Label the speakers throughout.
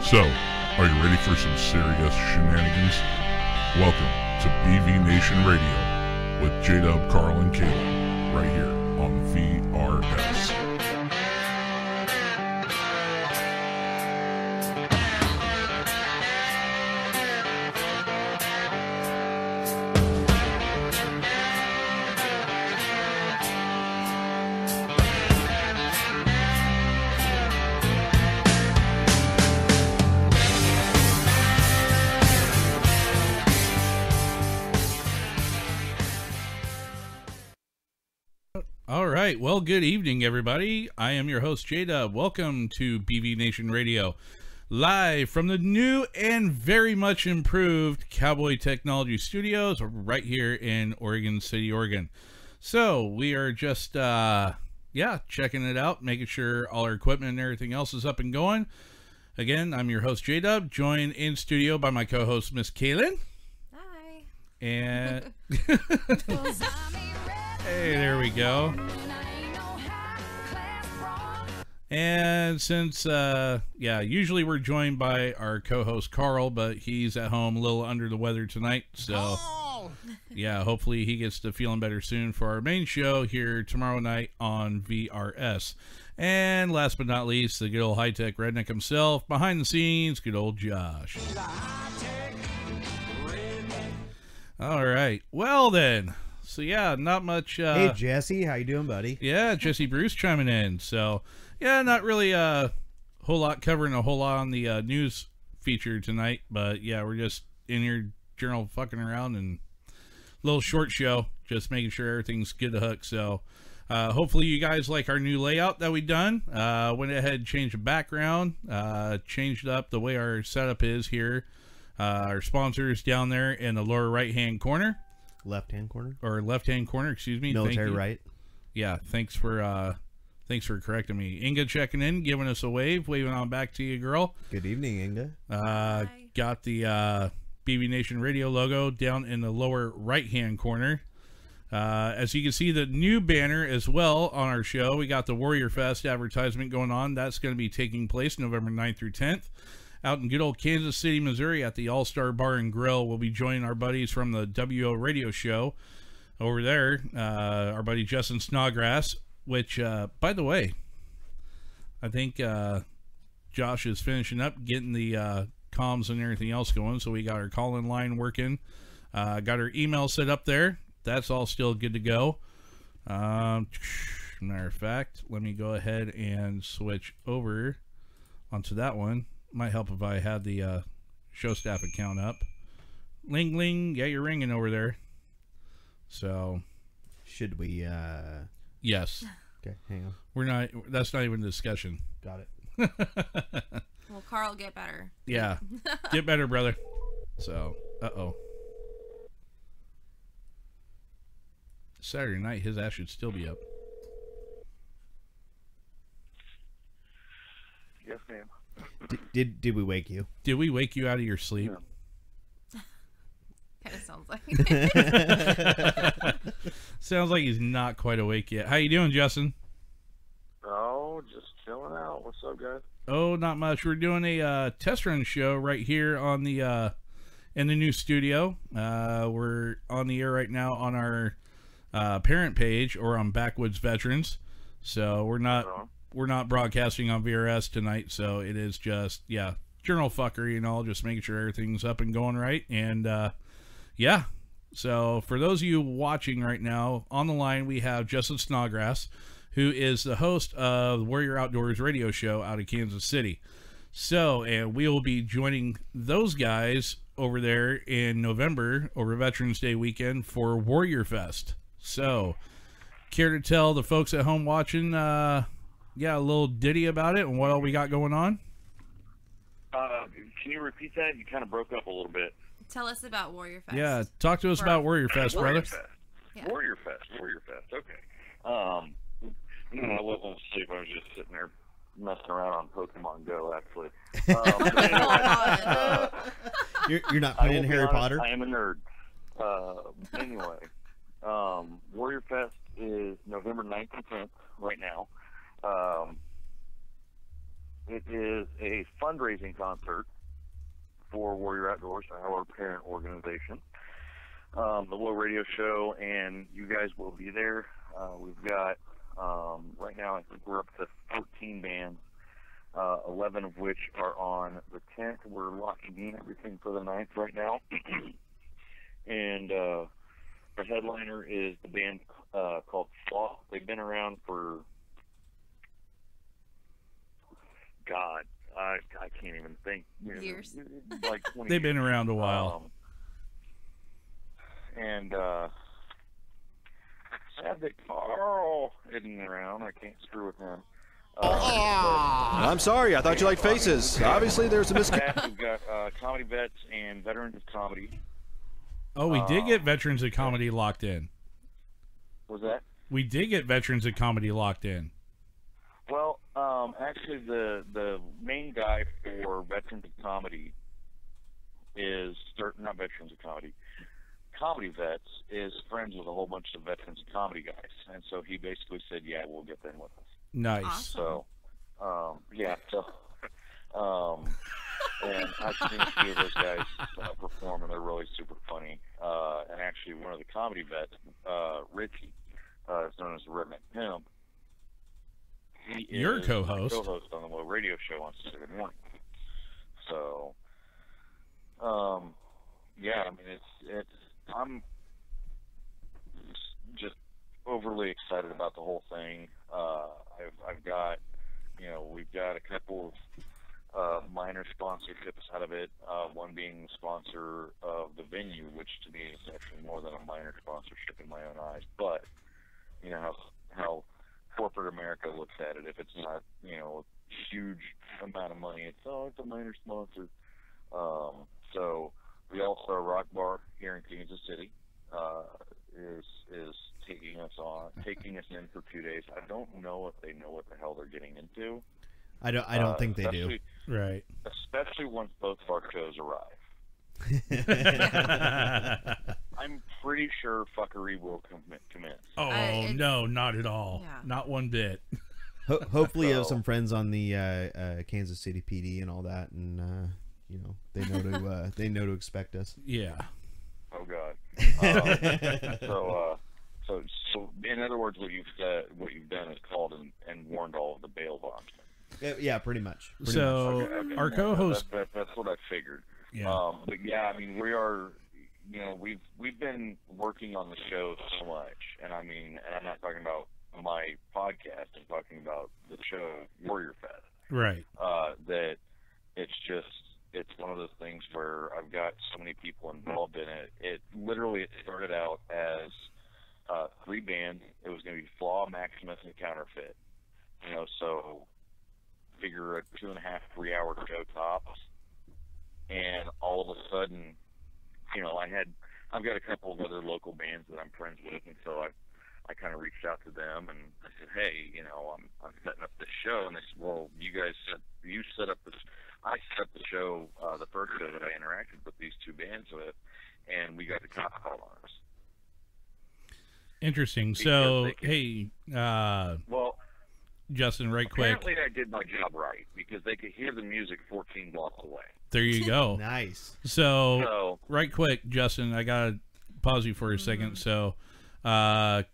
Speaker 1: So, are you ready for some serious shenanigans? Welcome to BV Nation Radio with J Dub, Carl, and Caleb, right here on VRS.
Speaker 2: All right. Well, good evening, everybody. I am your host, J Dub. Welcome to BV Nation Radio, live from the new and very much improved Cowboy Technology Studios, right here in Oregon City, Oregon. So we are just, uh, yeah, checking it out, making sure all our equipment and everything else is up and going. Again, I'm your host, J Dub, joined in studio by my co host, Miss Kaylin.
Speaker 3: Hi.
Speaker 2: And hey, there we go. And since, uh, yeah, usually we're joined by our co host Carl, but he's at home a little under the weather tonight. So, yeah, hopefully he gets to feeling better soon for our main show here tomorrow night on VRS. And last but not least, the good old high tech redneck himself, behind the scenes, good old Josh. All right. Well, then. So, yeah, not much. Uh,
Speaker 4: Hey Jesse, how you doing, buddy?
Speaker 2: yeah, Jesse Bruce chiming in. So, yeah, not really a whole lot covering a whole lot on the uh, news feature tonight, but yeah, we're just in here general fucking around and little short show, just making sure everything's good to hook. So, uh, hopefully, you guys like our new layout that we done. Uh, went ahead and changed the background, uh, changed up the way our setup is here. Uh, our sponsors down there in the lower right hand corner
Speaker 4: Left hand corner,
Speaker 2: or left hand corner, excuse me. Thank
Speaker 4: military
Speaker 2: you
Speaker 4: right.
Speaker 2: yeah thanks for uh thanks for correcting me inga checking in giving us a wave waving on back to you girl
Speaker 4: Good evening, Inga.
Speaker 2: uh
Speaker 3: Hi.
Speaker 2: got the uh bb nation radio logo down in the lower right hand corner uh, as you can see, the new banner as well on our show. We got the Warrior Fest advertisement going on. That's going to be taking place November 9th through 10th out in good old Kansas City, Missouri at the All Star Bar and Grill. We'll be joining our buddies from the WO radio show over there, uh, our buddy Justin Snodgrass, which, uh, by the way, I think uh, Josh is finishing up getting the uh, comms and everything else going. So we got our call in line working, uh, got our email set up there. That's all still good to go. Um, matter of fact, let me go ahead and switch over onto that one. Might help if I had the uh, show staff account up. Ling ling, yeah, you're ringing over there. So
Speaker 4: Should we? uh
Speaker 2: yes,
Speaker 4: Okay, hang on.
Speaker 2: we're not. That's not even a discussion.
Speaker 4: Got it.
Speaker 3: Well, Carl, get better.
Speaker 2: Yeah, get better, brother. So, uh oh. Saturday night, his ass should still be up.
Speaker 5: Yes, ma'am.
Speaker 4: D- did did we wake you?
Speaker 2: Did we wake you out of your sleep?
Speaker 5: No.
Speaker 3: Kind of sounds like.
Speaker 2: Sounds like he's not quite awake yet. How you doing, Justin?
Speaker 5: Oh, just chilling out. What's up, guys?
Speaker 2: Oh, not much. We're doing a uh, test run show right here on the uh, in the new studio. Uh, we're on the air right now on our uh, parent page or on Backwoods Veterans. So we're not
Speaker 5: Oh.
Speaker 2: we're not broadcasting on VRS tonight. So it is just yeah general fuckery and all, just making sure everything's up and going right. And uh, yeah, so for those of you watching right now on the line, we have Justin Snodgrass who is the host of Warrior Outdoors radio show out of Kansas City. So, and we will be joining those guys over there in November over Veterans Day weekend for Warrior Fest. So, care to tell the folks at home watching, uh, yeah, a little ditty about it and what all we got going on?
Speaker 5: Uh, can you repeat that? You kind of broke up a little bit.
Speaker 3: Tell us about Warrior Fest.
Speaker 2: Yeah, talk to us
Speaker 3: For-
Speaker 2: about Warrior Fest, brother.
Speaker 5: Warrior Fest.
Speaker 3: Yeah.
Speaker 5: Warrior Fest. Warrior Fest. Okay. Um, no, I wasn't asleep. I was just sitting there messing around on Pokemon Go, actually. Um,
Speaker 3: Oh, God.
Speaker 5: uh,
Speaker 4: You're you're not
Speaker 5: I
Speaker 4: playing
Speaker 5: will be
Speaker 4: Harry
Speaker 5: honest,
Speaker 4: Potter.
Speaker 5: I am a nerd. Uh, anyway, um, Warrior Fest is November 9th and 10th right now. Um, It is a fundraising concert for Warrior Outdoors, our parent organization. Um, the Woe Radio Show, and you guys will be there. Uh, we've got um, right now. I think we're up to 14 bands, uh, 11 of which are on the 10th. We're locking in everything for the 9th right now, and uh, our headliner is the band uh, called Flaw. They've been around for God, I I can't even think. You know,
Speaker 3: Years.
Speaker 5: Like 20
Speaker 2: They've been around a while.
Speaker 5: um, and uh, sad that Carl isn't around. I can't screw with him. Uh,
Speaker 6: I'm sorry. I thought you liked faces. Obviously, there's a
Speaker 5: but
Speaker 6: miscon.
Speaker 5: we've got uh, comedy vets and veterans of comedy.
Speaker 2: oh, we did
Speaker 5: uh,
Speaker 2: get veterans of comedy locked in.
Speaker 5: Was that?
Speaker 2: We did get veterans of comedy locked in.
Speaker 5: Well, um, actually, the the main guy for veterans of comedy is cer- not veterans of comedy. Comedy vets is friends with a whole bunch of veterans of comedy guys, and so he basically said, "Yeah, we'll get them with us."
Speaker 2: Nice.
Speaker 3: Awesome.
Speaker 5: So, um, yeah, so, um, and I've seen a few of those guys uh, perform, and they're really super funny. Uh, and actually, one of the comedy vets, uh, Richie, uh, is known as the Redneck Pimp. He
Speaker 2: Your
Speaker 5: is
Speaker 2: co-host.
Speaker 5: my co-host on the Low Radio Show on Saturday morning. So, um, yeah, I mean, it's it's I'm just overly excited about the whole thing. Uh, I've, I've got, you know, we've got a couple of uh, minor sponsorships out of it. Uh, one being the sponsor of the venue, which to me is actually more than a minor sponsorship in my own eyes. But you know how how corporate America looks at it. If it's not, you know, a huge amount of money, it's oh, it's a minor sponsor. Um, so we also Rock Bar here in Kansas City uh, is is taking us on taking us in for two days. I don't know if they know what the hell they're getting into.
Speaker 4: I don't. I don't
Speaker 5: uh,
Speaker 4: think they do.
Speaker 5: especially-
Speaker 2: Right.
Speaker 5: Especially once both of our shows arrive. I'm pretty sure fuckery will com- commence.
Speaker 2: Oh
Speaker 3: I- it-
Speaker 2: no, not at all.
Speaker 3: Yeah.
Speaker 2: Not one bit.
Speaker 4: Ho- hopefully, you have
Speaker 5: So-
Speaker 4: some friends on the uh, uh, Kansas City PD and all that, and uh, you know they know to uh, they know to expect us.
Speaker 2: Yeah.
Speaker 5: Oh God. Uh, so, uh, so, so, in other words, what you've uh, what you've done is called and, and warned all of the bail bondsmen.
Speaker 4: Yeah, yeah, pretty much. Pretty much.
Speaker 2: so
Speaker 5: Okay, okay,
Speaker 2: our
Speaker 5: yeah,
Speaker 2: co-host.
Speaker 5: That, that, that's what I figured.
Speaker 2: Yeah.
Speaker 5: Um, but yeah, I mean, we are, you know, we've we've been working on the show so much, and I mean, and I'm not talking about my podcast. I'm talking about the show Warrior Fest
Speaker 2: right.
Speaker 5: uh, that it's just it's one of those things where I've got so many people involved in it. It literally it started out as uh, three band. It was going to be Flaw, Maximus, and Counterfeit. You know, so figure a two and a half, three hour show tops, and all of a sudden, you know, I had I've got a couple of other local bands that I'm friends with, and so I I kind of reached out to them and I said, "Hey, you know, I'm I'm setting up this show." And they said, "Well, you guys set you set up this. I set up the show, uh, the first show that I interacted with these two bands with, and we got the cop call on us.
Speaker 2: Interesting.
Speaker 5: Because
Speaker 2: So
Speaker 5: they could-
Speaker 2: hey, uh,
Speaker 5: Well,
Speaker 2: Justin, right quick.
Speaker 5: apparently I did my job right because they could hear the music 14 blocks away.
Speaker 2: There you go.
Speaker 4: nice.
Speaker 2: So
Speaker 5: So
Speaker 2: right quick, Justin, I gotta pause you for a second. So, uh,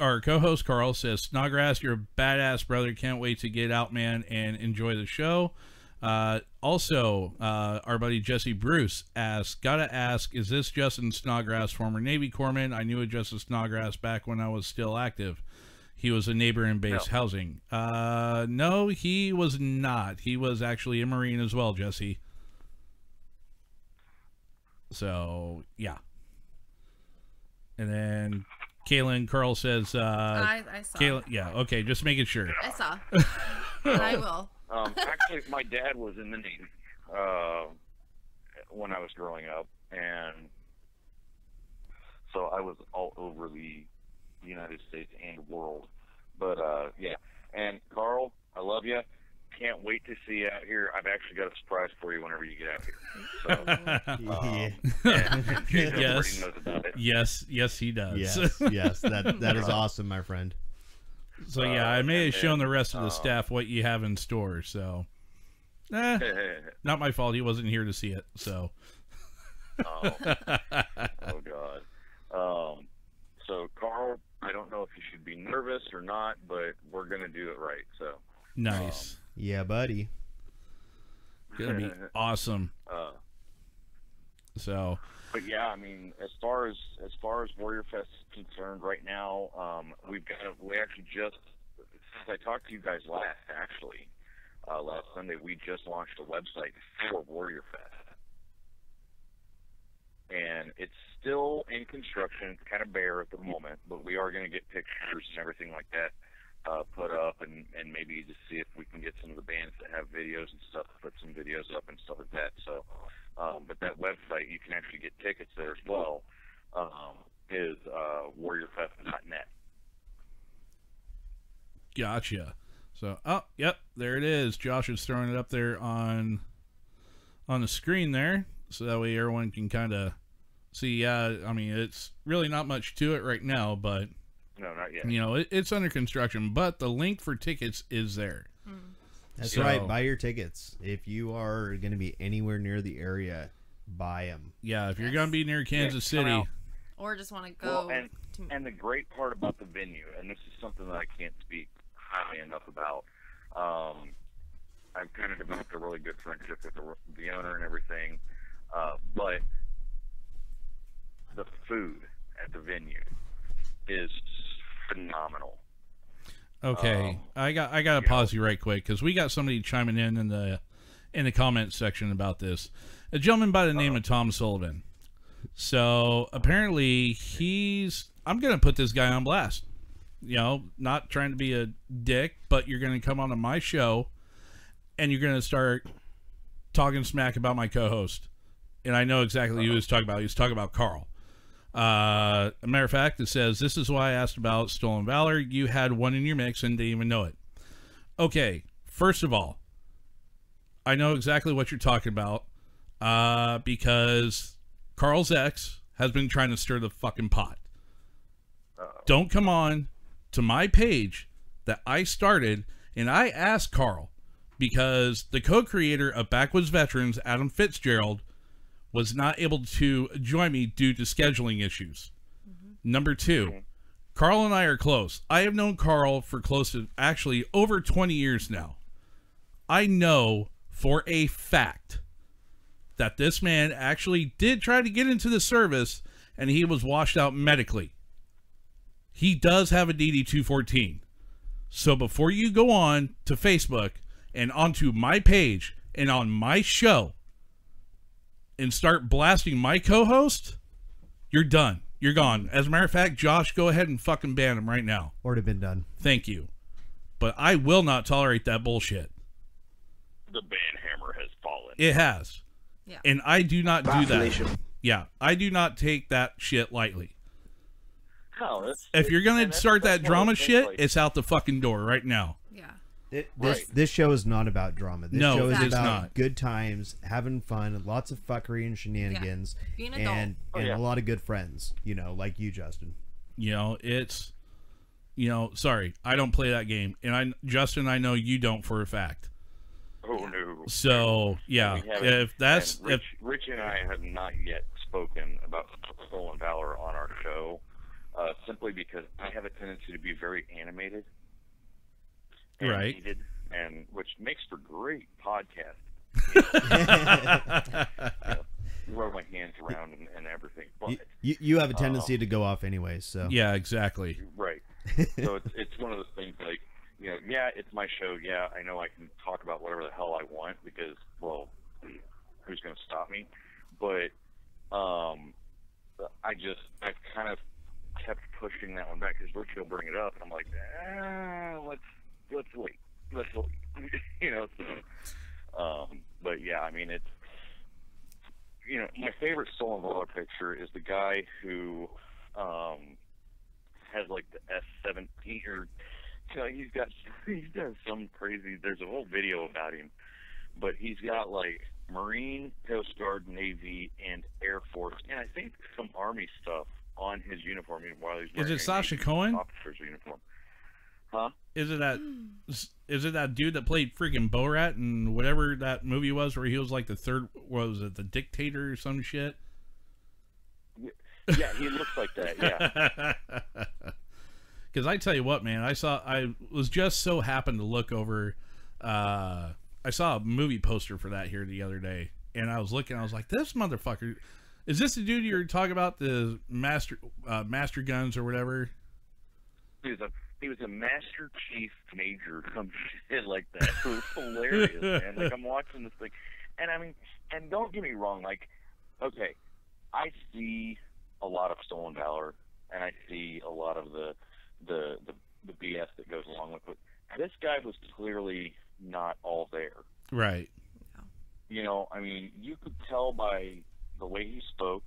Speaker 2: our co-host Carl says, "Snodgrass, you're a badass brother. Can't wait to get out, man, and enjoy the show." Uh, also, uh, our buddy Jesse Bruce asks, "Gotta ask, is this Justin Snodgrass, former Navy corpsman? I knew a Justin Snodgrass back when I was still active. He was a neighbor in base housing. Uh, no, he was not. He was actually a Marine as well, Jesse." So yeah. And then Kaylin Curl says, uh,
Speaker 3: I, I saw.
Speaker 2: Kaylin, yeah, okay, just making sure.
Speaker 3: I saw. and I will.
Speaker 5: um, actually, my dad was in the Navy uh, when I was growing up, and so I was all over the United States and world. But uh, yeah, and Carl, I love you. Can't wait to see you out here. I've actually got a surprise for you whenever you get out here.
Speaker 4: Yeah.
Speaker 5: So, yeah, Jason already
Speaker 2: Yes.
Speaker 5: knows about it.
Speaker 2: yes, yes, he does.
Speaker 4: Yes. Yes. That that is awesome, my friend.
Speaker 2: so yeah, I
Speaker 5: Uh,
Speaker 2: may have
Speaker 5: and
Speaker 2: shown the
Speaker 5: then,
Speaker 2: rest of the
Speaker 5: uh,
Speaker 2: staff what you have in store. So Eh, not my fault. He wasn't here to see it. So
Speaker 5: oh, oh God. Um, so Carl, I don't know if you should be nervous or not, but we're gonna do it right. So
Speaker 2: nice.
Speaker 4: Yeah, buddy.
Speaker 2: Gonna be awesome.
Speaker 5: uh,
Speaker 2: So
Speaker 5: But yeah, I mean, as far as as far as Warrior Fest is concerned, right now, um, we've got a- we actually just since I talked to you guys last, actually, uh, last Sunday, we just launched a website for Warrior Fest, and it's still in construction, kind of bare at the moment, but we are going to get pictures and everything like that uh, put up, and and maybe to see if we can get some of the bands that have videos and stuff to put some videos up and stuff like that. So. Um, but that website, you can actually get tickets there as well, um, is uh, warriorfest.net.
Speaker 2: gotcha. So oh yep, there it is. Josh is throwing it up there on on the screen there, so that way everyone can kind of see. Yeah, I mean it's really not much to it right now, but
Speaker 5: No, not yet.
Speaker 2: you know it, it's under construction. But the link for tickets is there.
Speaker 4: That's
Speaker 2: So-
Speaker 4: right. Buy your tickets. If you are going to be anywhere near the area, buy them.
Speaker 2: Yeah, if you're
Speaker 3: Yes.
Speaker 2: gonna be near Kansas
Speaker 5: Yeah, come
Speaker 2: City,
Speaker 5: out.
Speaker 3: Or just want to go
Speaker 5: Well, and,
Speaker 3: to
Speaker 5: and the great part about the venue, and this is something that I can't speak highly enough about, um, I've kind of developed a really good friendship with the, the owner and everything, uh, but the food at the venue is phenomenal.
Speaker 2: Okay,
Speaker 5: Um,
Speaker 2: I got I got to pause you right quick because we got somebody chiming in in the in the comment section about this. A gentleman by the name of Tom Sullivan. So apparently he's I'm gonna put this guy on blast. You know, not trying to be a dick, but you're gonna come onto my show and you're gonna start talking smack about my co-host. And I know exactly who he was talking about. He was talking about Carl. Uh, a matter of fact, it says, This is why I asked about Stolen Valor. You had one in your mix and didn't even know it. Okay, first of all, I know exactly what you're talking about uh, because Carl's ex has been trying to stir the fucking pot. Don't come on to my page that I started and I asked Carl because the co creator of Backwoods Veterans, Adam Fitzgerald, was not able to join me due to scheduling issues. Number 2 Carl and I are close. I have known Carl for close to actually over 20 years now. I know for a fact that this man actually did try to get into the service and he was washed out medically. He does have a DD 214. So before you go on to Facebook and onto my page and on my show, and start blasting my co-host, you're done. You're gone. As a matter of fact, Josh, go ahead and fucking ban him right now.
Speaker 4: Already been done.
Speaker 2: Thank you. But I will not tolerate that bullshit.
Speaker 5: The band hammer has fallen.
Speaker 2: It has.
Speaker 3: Yeah.
Speaker 2: And I do not do that. Yeah, I do not take that shit lightly.
Speaker 5: No, that's-
Speaker 2: If you're
Speaker 5: and
Speaker 2: gonna
Speaker 5: that's-
Speaker 2: start that
Speaker 5: that's one of
Speaker 2: drama
Speaker 5: the things,
Speaker 2: shit,
Speaker 5: like-
Speaker 2: it's out the fucking door right now.
Speaker 3: yeah.
Speaker 4: It, this
Speaker 5: Right.
Speaker 4: this show is not about drama. This
Speaker 2: No,
Speaker 4: show is
Speaker 3: it is
Speaker 4: about
Speaker 2: not.
Speaker 4: good times, having fun, lots of fuckery and shenanigans,
Speaker 3: Being an adult.
Speaker 4: and
Speaker 5: Oh,
Speaker 4: and
Speaker 5: yeah.
Speaker 4: a lot of good friends. You know, like you, Justin.
Speaker 2: You know, it's you know, sorry, I don't play that game. And I Justin, I know you don't for a fact.
Speaker 5: Oh no.
Speaker 2: So yeah.
Speaker 5: We haven't-
Speaker 2: If that's
Speaker 5: and
Speaker 2: if
Speaker 5: Rich, Rich and I have not yet spoken about Stolen Valor on our show, uh, simply because I have a tendency to be very animated, and
Speaker 2: Right.
Speaker 5: heated, and which makes for great podcast. Throw my hands around and, and everything, but
Speaker 4: You, you, you have a tendency to go off anyway, so
Speaker 2: Uh-huh. Yeah, exactly.
Speaker 5: right. so it's it's one of those things like you know, yeah, it's my show. Yeah, I know I can talk about whatever the hell I want because well, who's going to stop me? But um, I just I've kind of kept pushing that one back because Richie will bring it up, and I'm like, ah, let's let's wait, let's wait, you know. So, um, but yeah, I mean it's you know my favorite stolen valor picture is the guy who um has like the S seventeen or you know, he's got he's got some crazy there's a whole video about him. But he's got like Marine, Coast Guard, Navy and Air Force and I think some Army stuff on his uniform while he's
Speaker 2: Is
Speaker 5: wearing
Speaker 2: it
Speaker 5: a
Speaker 2: Sasha
Speaker 5: Navy
Speaker 2: Cohen?
Speaker 5: officer's uniform. Huh?
Speaker 2: Is it that is it that dude that played freaking Borat and whatever that movie was where he was like the third what was it the dictator or some shit?
Speaker 5: Yeah, he looks like that. Yeah.
Speaker 2: Because I tell you what, man, I saw I was just so happened to look over. Uh, I saw a movie poster for that here the other day, and I was looking. I was like, this motherfucker. Is this the dude you were talking about, the master uh, master guns or whatever?
Speaker 5: He was a he was a Master Chief Major, some shit like that. It was hilarious, man. Like I'm watching this thing, and I mean, and don't get me wrong. Like, okay, I see a lot of stolen valor, and I see a lot of the the the, the BS that goes along with it. This guy was clearly not all there.
Speaker 2: Right.
Speaker 5: You know, I mean, you could tell by the way he spoke,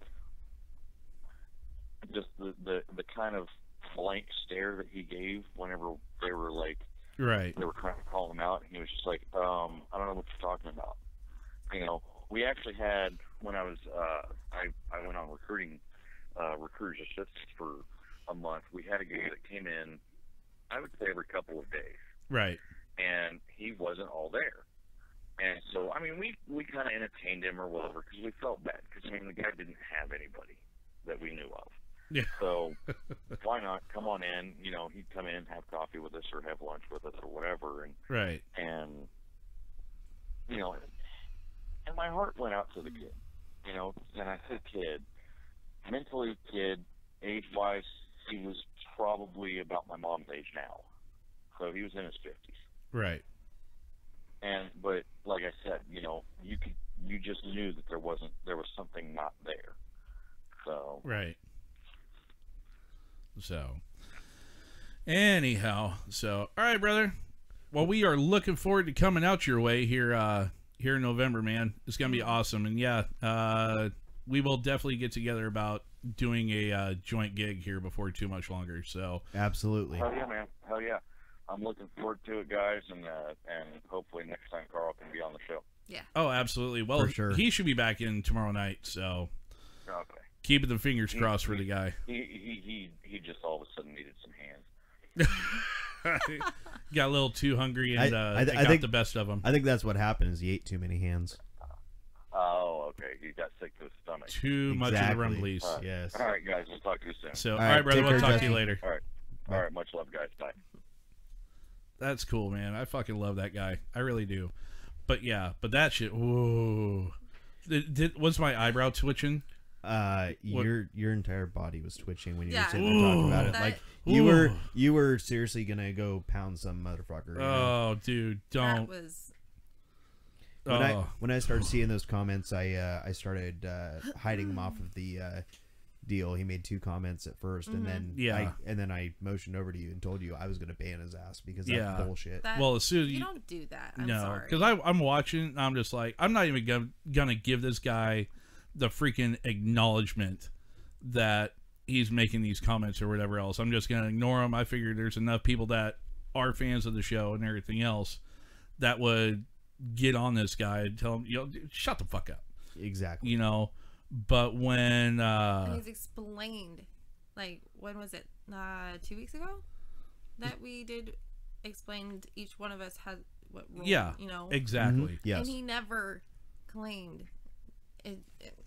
Speaker 5: just the the, the kind of blank stare that he gave whenever they were like
Speaker 2: Right.
Speaker 5: they were trying to call him out, and he was just like, um, I don't know what you're talking about. You know, we actually had when I was uh, I I went on recruiting uh, recruiters assistants for a month. We had a guy that came in, I would say every couple of days,
Speaker 2: Right.
Speaker 5: and he wasn't all there. And so I mean, we we kind of entertained him or whatever because we felt bad because I mean the guy didn't have anybody that we knew of.
Speaker 2: Yeah.
Speaker 5: So why not come on in? You know, he'd come in, have coffee with us, or have lunch with us, or whatever, and
Speaker 2: Right.
Speaker 5: and you know, and my heart went out to the kid, you know, and I said, kid, mentally, kid, age wise, he was probably about my mom's age now, so he was in his fifties.
Speaker 2: Right.
Speaker 5: And but like I said, you know, you could you just knew that there wasn't there was something not there. So
Speaker 2: Right. So, anyhow, so all right, brother. Well, we are looking forward to coming out your way here, uh, here in November, man. It's gonna be awesome, and yeah, uh, we will definitely get together about doing a uh, joint gig here before too much longer. So,
Speaker 4: Absolutely.
Speaker 2: Uh-huh.
Speaker 5: hell yeah, man, hell yeah. I'm looking forward to it, guys, and uh, and hopefully next time Carl can be on the show.
Speaker 2: oh, absolutely. Well,
Speaker 4: For sure.
Speaker 2: he should be back in tomorrow night. So,
Speaker 5: Okay.
Speaker 2: keeping the fingers crossed for the guy.
Speaker 5: He he he he just all of a sudden needed some hands.
Speaker 2: Got a little too hungry and
Speaker 4: I-
Speaker 2: uh,
Speaker 4: I
Speaker 2: it
Speaker 4: th- I
Speaker 2: got
Speaker 4: think-
Speaker 2: the best of him.
Speaker 4: I think that's what happened is he ate too many hands.
Speaker 5: Oh, okay. He got sick to his stomach.
Speaker 2: Too much of the
Speaker 4: Exactly.
Speaker 2: rumblies.
Speaker 5: All right.
Speaker 4: Yes.
Speaker 5: All right, guys. We'll talk to you soon.
Speaker 2: So, all
Speaker 4: All
Speaker 2: right,
Speaker 4: right,
Speaker 2: brother,
Speaker 4: take
Speaker 2: we'll
Speaker 4: care,
Speaker 2: talk to
Speaker 3: Justin.
Speaker 2: you later.
Speaker 5: All right. Much love, guys. Bye.
Speaker 2: That's cool, man. I fucking love that guy. I really do. But yeah, but that shit. Whoa. Did, did, was my eyebrow twitching?
Speaker 4: Uh,
Speaker 2: What-
Speaker 4: your your entire body was twitching when you
Speaker 3: Yeah.
Speaker 4: were sitting there talking about it.
Speaker 3: That-
Speaker 4: Like you were
Speaker 2: Ooh.
Speaker 4: you were seriously gonna go pound some motherfucker. you know?
Speaker 2: Oh, dude,
Speaker 3: That
Speaker 2: don't.
Speaker 3: was
Speaker 4: when I
Speaker 2: Oh,
Speaker 4: when I started seeing those comments, I uh, I started uh, hiding them off of the uh, deal. He made two comments at 1st and then
Speaker 3: Mm-hmm.
Speaker 2: Yeah.
Speaker 4: I, and then I motioned over to you and told you I was gonna ban his ass because that's
Speaker 2: Yeah.
Speaker 4: bullshit.
Speaker 3: that.
Speaker 2: well, as soon as
Speaker 3: you,
Speaker 2: you,
Speaker 3: don't do that. I'm
Speaker 2: no,
Speaker 3: sorry.
Speaker 2: because I'm watching, and I'm just like, I'm not even gonna, gonna give this guy the freaking acknowledgement that he's making these comments or whatever else. I'm just gonna ignore him. I figure there's enough people that are fans of the show and everything else that would get on this guy and tell him, you know, shut the fuck up.
Speaker 4: Exactly.
Speaker 2: you know but when
Speaker 3: and
Speaker 2: uh
Speaker 3: he's explained, like when was it? Uh, two weeks ago, that we did explained each one of us had what role.
Speaker 2: yeah
Speaker 3: you know,
Speaker 2: exactly
Speaker 4: Mhm. Yes.
Speaker 3: and he never claimed. It, it,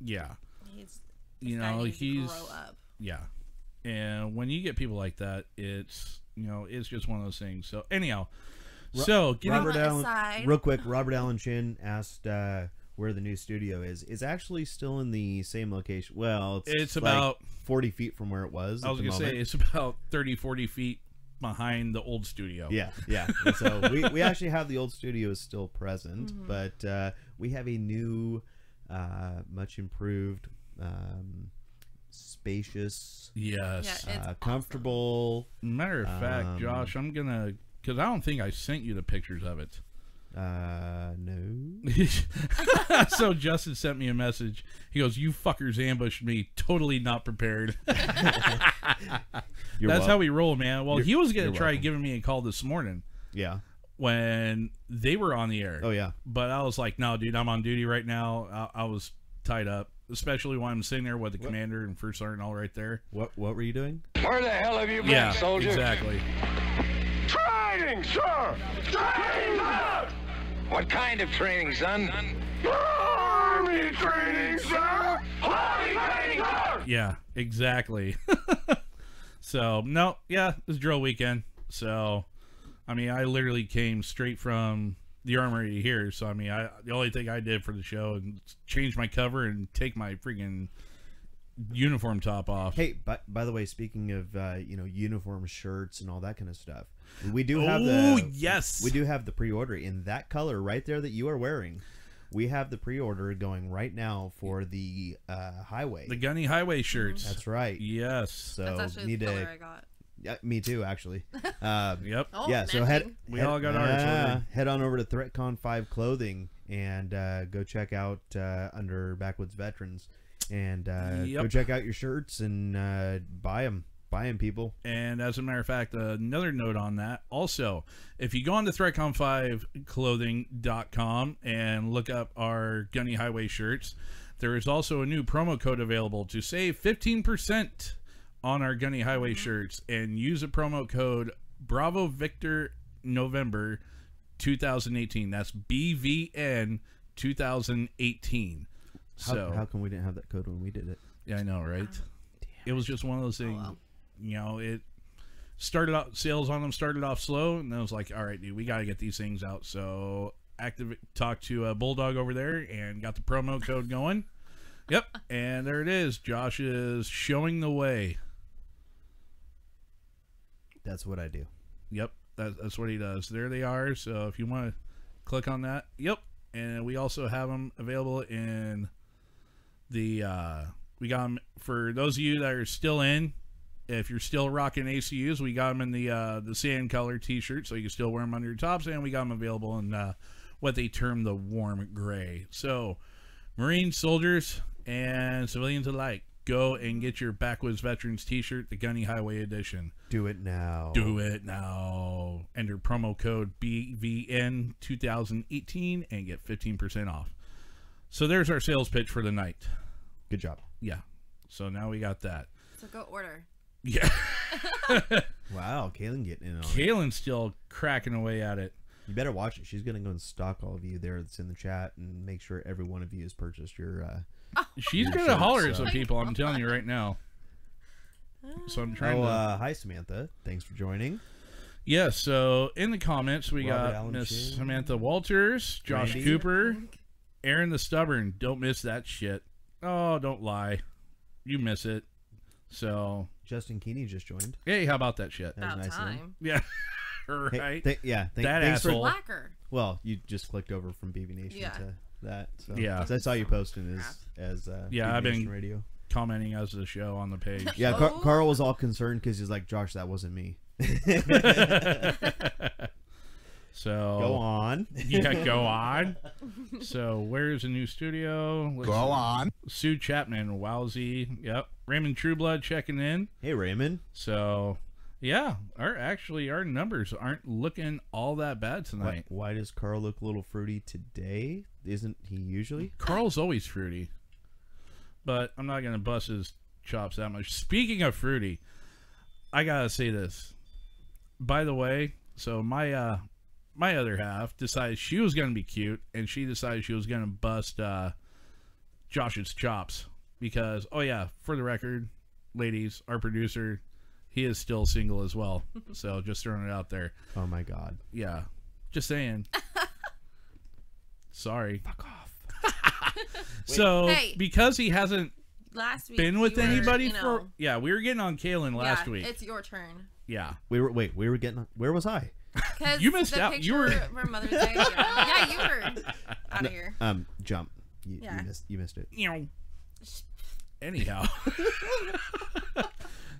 Speaker 2: yeah
Speaker 3: he's
Speaker 2: you
Speaker 3: guy
Speaker 2: know
Speaker 3: needs to
Speaker 2: he's
Speaker 3: grow up.
Speaker 2: yeah and when you get people like that it's you know it's just one of those things so anyhow
Speaker 4: Ro-
Speaker 2: so get
Speaker 3: on
Speaker 4: Robert
Speaker 3: my
Speaker 4: Allen,
Speaker 3: side.
Speaker 4: real quick. Robert Allen Chin asked uh, where the new studio is. It's actually still in the same location. Well, it's,
Speaker 2: It's
Speaker 4: like
Speaker 2: about-
Speaker 4: forty feet from where it was.
Speaker 2: i was
Speaker 4: at the
Speaker 2: gonna say
Speaker 4: moment.
Speaker 2: it's about 30 40 feet behind the old studio
Speaker 4: Yeah, yeah. And so we, we actually have the old studio is still present,
Speaker 3: Mm-hmm.
Speaker 4: but uh, we have a new, uh, much improved, um, spacious,
Speaker 2: yes
Speaker 3: Yeah, It's
Speaker 4: uh,
Speaker 3: awesome.
Speaker 4: comfortable.
Speaker 2: matter of fact
Speaker 4: Um,
Speaker 2: josh i'm gonna because i don't think i sent you the pictures of it
Speaker 4: Uh, no.
Speaker 2: so justin sent me a message he goes you fuckers ambushed me totally not prepared
Speaker 4: You're
Speaker 2: That's
Speaker 4: wel-
Speaker 2: how we roll, man. Well,
Speaker 4: You're-
Speaker 2: he was gonna
Speaker 4: you're
Speaker 2: try
Speaker 4: welcome.
Speaker 2: giving me a call this morning
Speaker 4: Yeah.
Speaker 2: when they were on the air,
Speaker 4: Oh yeah.
Speaker 2: but I was like, "No, dude, I'm on duty right now. I, I was tied up, especially when I'm sitting there with the commander and first sergeant all right there."
Speaker 4: What What were you doing?
Speaker 7: Where the hell have you been,
Speaker 2: Yeah,
Speaker 7: soldier?
Speaker 2: exactly.
Speaker 7: Try to Training, sir! Training, sir!
Speaker 8: What kind of training, son?
Speaker 7: Army training, sir! Army training, sir!
Speaker 2: Yeah, exactly. so no, yeah, it was drill weekend. So, I mean, I literally came straight from the armory here. So I mean, I the only thing I did for the show and change my cover and take my freaking uniform top off.
Speaker 4: Hey, by, by the way, speaking of uh, you know uniform shirts and all that kind of stuff, we do have the
Speaker 2: Ooh, Oh, yes.
Speaker 4: we do have the pre-order in that color right there that you are wearing. We have the pre-order going right now for the uh, highway.
Speaker 2: The Gunny Highway shirts.
Speaker 4: That's right.
Speaker 2: Yes.
Speaker 4: So
Speaker 3: That's actually
Speaker 4: need
Speaker 3: the
Speaker 4: to.
Speaker 3: color I got.
Speaker 4: yeah, me too, actually. Um,
Speaker 2: yep.
Speaker 3: Oh,
Speaker 4: yeah. So head.
Speaker 3: matching.
Speaker 2: We
Speaker 4: head-
Speaker 2: all got ours
Speaker 4: yeah,
Speaker 2: already.
Speaker 4: head on over to ThreatCon Five Clothing and uh, go check out uh, under Backwoods Veterans and uh, go
Speaker 2: Yep.
Speaker 4: check out your shirts and uh, buy them. Buy them, people.
Speaker 2: And as a matter of fact, another note on that. Also, if you go on to ThreatCon5clothing.com and look up our Gunny Highway shirts, there is also a new promo code available to save 15% on our Gunny Highway
Speaker 4: Mm-hmm.
Speaker 2: shirts and use a promo code Bravo Victor November 2018. That's BVN 2018.
Speaker 4: How,
Speaker 2: so
Speaker 4: how come we didn't have that code when we did it?
Speaker 2: yeah, I know, right? It was just one of those things. You know, it started off sales on them started off slow, and I was like, "All right, dude, we got to get these things out." So activate, talked to uh, Bulldog over there, and got the promo code going. Yep, and there it is. Josh is showing the way.
Speaker 4: That's what I do.
Speaker 2: Yep, that, that's what he does. There they are. So if you want to click on that, yep. And we also have them available in the. Uh, we got them for those of you that are still in. If you're still rocking ACUs, we got them in the uh, the sand color T-shirt, so you can still wear them under your tops, and we got them available in uh, what they term the warm gray. So, Marine soldiers and civilians alike, go and get your Backwoods Veterans T-shirt, the Gunny Highway Edition.
Speaker 4: Do it now.
Speaker 2: Do it now. Enter promo code BVN2018 and get 15% off. So there's our sales pitch for the night.
Speaker 4: Good job.
Speaker 2: Yeah. So now we got that.
Speaker 3: So go order.
Speaker 2: Yeah.
Speaker 4: Wow, Kaylin getting in on it.
Speaker 2: Kaylin's still cracking away at it.
Speaker 4: You better watch it. She's gonna go and stalk all of you there that's in the chat and make sure every one of you has purchased your. Uh,
Speaker 2: She's
Speaker 4: Your
Speaker 2: going to
Speaker 4: shirts,
Speaker 2: holler
Speaker 4: uh,
Speaker 2: at some people, I'm telling you right now. So I'm trying
Speaker 4: oh,
Speaker 2: to.
Speaker 4: uh, hi Samantha. Thanks for joining.
Speaker 2: yeah, so in the comments, we
Speaker 4: Robert
Speaker 2: got
Speaker 4: Allen
Speaker 2: Miss
Speaker 4: Jr.
Speaker 2: Samantha Walters, Josh
Speaker 4: Randy.
Speaker 2: Cooper, Aaron the Stubborn. Don't miss that shit. Oh, don't lie. You miss it. So
Speaker 4: Justin Keeney just joined.
Speaker 2: Hey, how about that shit?
Speaker 4: That was
Speaker 3: About
Speaker 4: nice of him.
Speaker 3: time.
Speaker 2: Yeah.
Speaker 4: Hey,
Speaker 2: right.
Speaker 4: th- yeah. Th-
Speaker 2: That
Speaker 4: thanks for-
Speaker 2: asshole.
Speaker 3: Blacker.
Speaker 4: well, you just clicked over from BB Nation
Speaker 3: Yeah.
Speaker 4: to that. So.
Speaker 2: Yeah.
Speaker 4: 'Cause I saw you posting as as uh,
Speaker 2: Yeah,
Speaker 4: BB
Speaker 2: I've been-
Speaker 4: Nation radio.
Speaker 2: Commenting as the show on the page.
Speaker 4: Yeah, Car-
Speaker 3: Oh.
Speaker 4: Carl was all concerned because he's like, Josh, that wasn't me.
Speaker 2: so
Speaker 4: Go on.
Speaker 2: Yeah, go on. So where's the new studio? Let's-
Speaker 7: on.
Speaker 2: Sue Chapman, wowsy. Yep. Raymond Trueblood checking in.
Speaker 4: hey Raymond.
Speaker 2: So yeah, our actually our numbers aren't looking all that bad
Speaker 4: Why,
Speaker 2: tonight.
Speaker 4: why does Carl look a little fruity today? Isn't he usually?
Speaker 2: Carl's always fruity, but I'm not gonna bust his chops that much. Speaking of fruity, I gotta say this. By the way, so my uh my other half decided she was gonna be cute, and she decided she was gonna bust uh Josh's chops because oh yeah, for the record, ladies, our producer, he is still single as well. so just throwing it out there.
Speaker 4: Oh my God.
Speaker 2: Yeah, just saying. Sorry. Fuck off. so
Speaker 3: Hey.
Speaker 2: because he hasn't
Speaker 3: Last week.
Speaker 2: been with
Speaker 3: you were,
Speaker 2: anybody
Speaker 3: you
Speaker 2: for
Speaker 3: know,
Speaker 2: yeah, we were getting on Kalen last
Speaker 3: yeah,
Speaker 2: week.
Speaker 3: It's your turn.
Speaker 2: yeah,
Speaker 4: We were wait. We were getting. Where was I?
Speaker 3: Because
Speaker 2: You missed
Speaker 3: the
Speaker 2: out. You were-
Speaker 3: picture for Mother's Day. Yeah, yeah you were out of here.
Speaker 4: Um, jump. You,
Speaker 3: Yeah.
Speaker 4: you missed. You missed it.
Speaker 2: you know. Anyhow.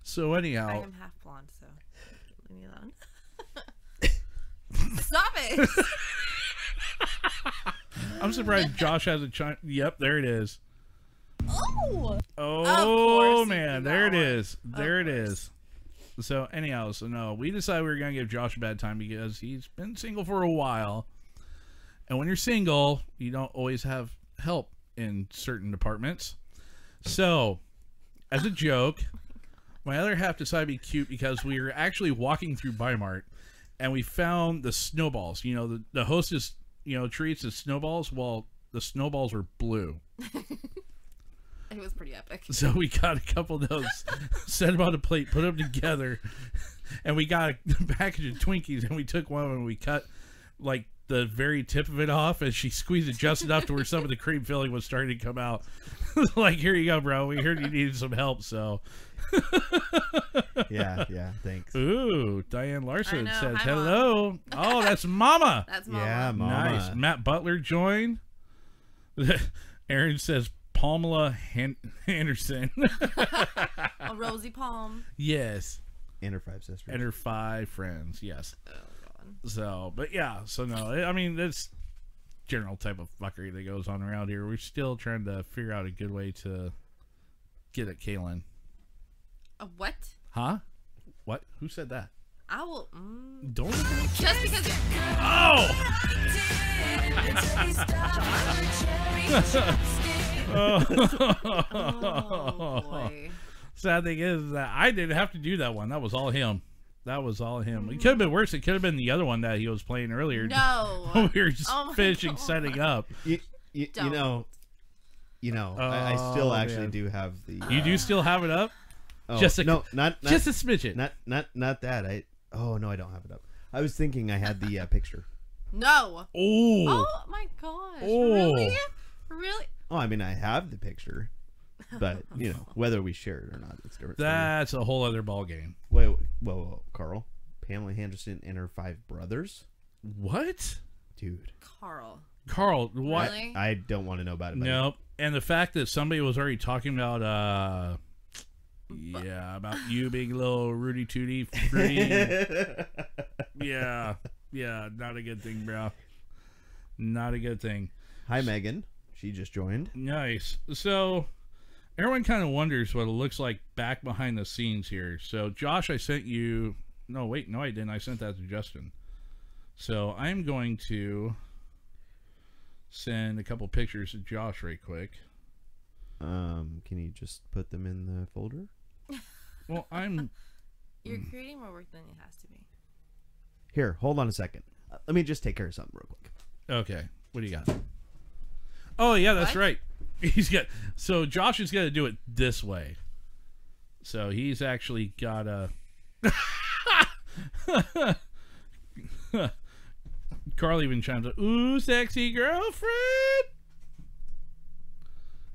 Speaker 2: so
Speaker 3: I
Speaker 2: anyhow,
Speaker 3: am half blonde, so leave me alone. Stop it!
Speaker 2: I'm surprised Josh has a chime. Yep, there it is.
Speaker 3: oh,
Speaker 2: Oh
Speaker 3: course you
Speaker 2: man,
Speaker 3: do
Speaker 2: there it
Speaker 3: that one.
Speaker 2: is. There it is. So anyhow, so no, we decided we were gonna give Josh a bad time because he's been single for a while, and when you're single, you don't always have help in certain departments. So, as a joke, my other half decided to be cute because we were actually walking through Bimart, and we found the snowballs. You know, the, the hostess, you know, treats as snowballs. Well, the snowballs were blue.
Speaker 3: It was pretty epic.
Speaker 2: So we got a couple of those, set them on a plate, put them together, and we got a package of Twinkies, and we took one and we cut like the very tip of it off, and she squeezed it just enough to where some of the cream filling was starting to come out. like, here you go, bro. We heard you needed some help, so
Speaker 4: Yeah, yeah. Thanks.
Speaker 2: ooh, Diane Larson
Speaker 3: know,
Speaker 2: says
Speaker 3: hi, Mom.
Speaker 2: hello. Oh, that's Mama.
Speaker 3: That's mama.
Speaker 4: Yeah, mama.
Speaker 2: Nice. Matt Butler joined. Aaron says Pamela Han- Anderson.
Speaker 3: A rosy palm.
Speaker 2: yes.
Speaker 4: And her five sisters.
Speaker 2: and her five friends. Yes.
Speaker 3: Oh god.
Speaker 2: So, but yeah. So no, I I mean that's general type of fuckery that goes on around here. We're still trying to figure out a good way to get at Kalen.
Speaker 3: A what?
Speaker 2: Huh? What? Who said that?
Speaker 3: I will. Mm,
Speaker 2: Don't.
Speaker 3: just because you're.
Speaker 2: Oh.
Speaker 3: Oh boy.
Speaker 2: Sad thing is that I didn't have to do that one. That was all him. That was all him. It could have been worse. It could have been the other one that he was playing earlier.
Speaker 3: No.
Speaker 2: we were just
Speaker 3: Oh my
Speaker 2: finishing
Speaker 3: God.
Speaker 2: setting up.
Speaker 4: You, you, you
Speaker 3: Don't.
Speaker 4: know, you know, I, I still
Speaker 2: Oh,
Speaker 4: actually
Speaker 2: man.
Speaker 4: do have the. uh,
Speaker 2: You do still have it up?
Speaker 4: Oh,
Speaker 2: just a-
Speaker 4: no, not not,
Speaker 2: just a smidget.
Speaker 4: not not not that. I oh no, I don't have it up. I was thinking I had the uh, picture.
Speaker 3: No.
Speaker 2: oh.
Speaker 3: Oh my gosh.
Speaker 2: Oh.
Speaker 3: Really? Really?
Speaker 4: Oh, I mean, I have the picture, but you know whether we share it or not, it's different.
Speaker 2: That's a whole other ball game.
Speaker 4: wait, wait, whoa, whoa, whoa, Carl, Pamela Henderson and her five brothers,
Speaker 2: What?
Speaker 4: dude.
Speaker 3: Carl.
Speaker 2: Carl, what?
Speaker 3: Really?
Speaker 4: I don't want to know about it. buddy.
Speaker 2: Nope. And the fact that somebody was already talking about uh yeah, about you being a little Rudy Tooty fruity. yeah. Yeah, not a good thing, bro. Not a good thing.
Speaker 4: Hi, Megan. She just joined.
Speaker 2: Nice. So everyone kind of wonders what it looks like back behind the scenes here. So Josh, I sent you no wait, no I didn't. I sent that to Justin. So I'm going to send a couple pictures to Josh right quick.
Speaker 4: Um, can you just put them in the folder?
Speaker 2: Well, I'm
Speaker 3: You're creating more work than it has to be.
Speaker 4: Here, hold on a second. Uh, Let me just take care of something real quick.
Speaker 2: okay. What do you got? Oh yeah, that's
Speaker 3: What?
Speaker 2: right. He's got so Josh is gonna do it this way. So he's actually got a. Carl even chimes up. Ooh, sexy girlfriend.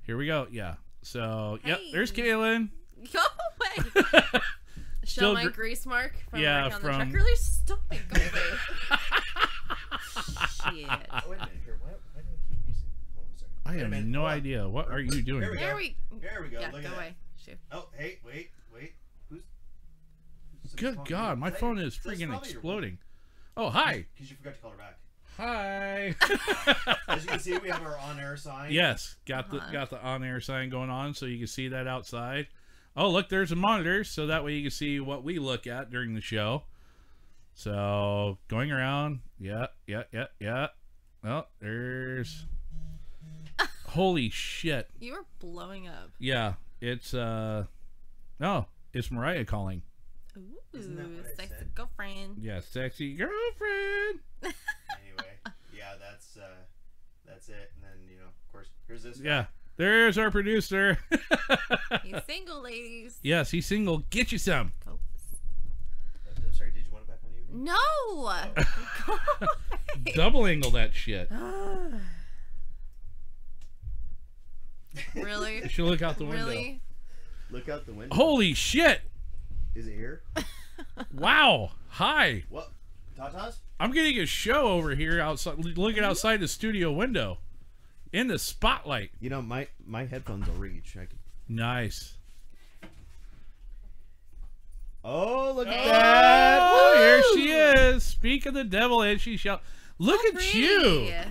Speaker 2: Here we go. Yeah. So yep, there's
Speaker 3: Hey.
Speaker 2: Kaylin.
Speaker 3: Go away. Show
Speaker 2: Still
Speaker 3: my
Speaker 2: gr-
Speaker 3: grease mark from
Speaker 2: Yeah,
Speaker 3: working on
Speaker 2: from-
Speaker 3: the truck earlier. Stop it. Go away. Shit.
Speaker 9: Oh, Wait a minute here. Why, why do I keep using? Hold on a second.
Speaker 2: I have
Speaker 9: minute,
Speaker 2: no
Speaker 9: hold on.
Speaker 2: idea. What are you doing?
Speaker 9: we
Speaker 3: There
Speaker 9: go.
Speaker 3: we.
Speaker 9: There we go.
Speaker 3: Yeah,
Speaker 9: Look
Speaker 3: go
Speaker 9: at that.
Speaker 3: away. Shoot.
Speaker 9: Oh, hey, wait, wait. Who's? who's somebody
Speaker 2: Good
Speaker 9: calling
Speaker 2: God,
Speaker 9: you?
Speaker 2: my
Speaker 9: Hey,
Speaker 2: phone
Speaker 9: that's
Speaker 2: is freaking
Speaker 9: probably your woman,
Speaker 2: exploding. Oh hi,
Speaker 9: 'cause you forgot to call her back.
Speaker 2: hi.
Speaker 9: As you can see, we have our on-air sign.
Speaker 2: Yes, got the
Speaker 3: Uh-huh.
Speaker 2: got the on air sign going on, so you can see that outside. Oh, look, there's a monitor, so that way you can see what we look at during the show. So going around, yeah, yeah, yeah, yeah. Oh, there's. Holy shit!
Speaker 3: You are blowing up.
Speaker 2: Yeah, it's uh, no, it's Mariah calling.
Speaker 3: Ooh,
Speaker 9: that what I
Speaker 3: sexy
Speaker 9: said?
Speaker 3: girlfriend.
Speaker 2: Yeah, sexy girlfriend.
Speaker 9: Anyway, yeah, that's uh, that's it. And then you know, of course, here's this.
Speaker 2: Yeah, there's our producer.
Speaker 3: He's single, ladies.
Speaker 2: yes, he's single. Get you some.
Speaker 3: Oh.
Speaker 9: Guy. Oh, I'm sorry. Did you want it back on you?
Speaker 3: No. Go away.
Speaker 2: Double angle that shit.
Speaker 3: Oh, really?
Speaker 2: She'll look out the window.
Speaker 3: Really?
Speaker 4: Look out the window.
Speaker 2: Holy shit!
Speaker 4: Is it here?
Speaker 2: Wow. Hi.
Speaker 9: What? Tatas?
Speaker 2: I'm getting a show over here outside. l- Looking outside the studio window, in the spotlight.
Speaker 4: You know, my my headphones will reach. I can...
Speaker 2: Nice.
Speaker 4: Oh, look at that!
Speaker 2: Oh, here she is. Speak of the devil, and she shall. Look at you.
Speaker 3: Hey.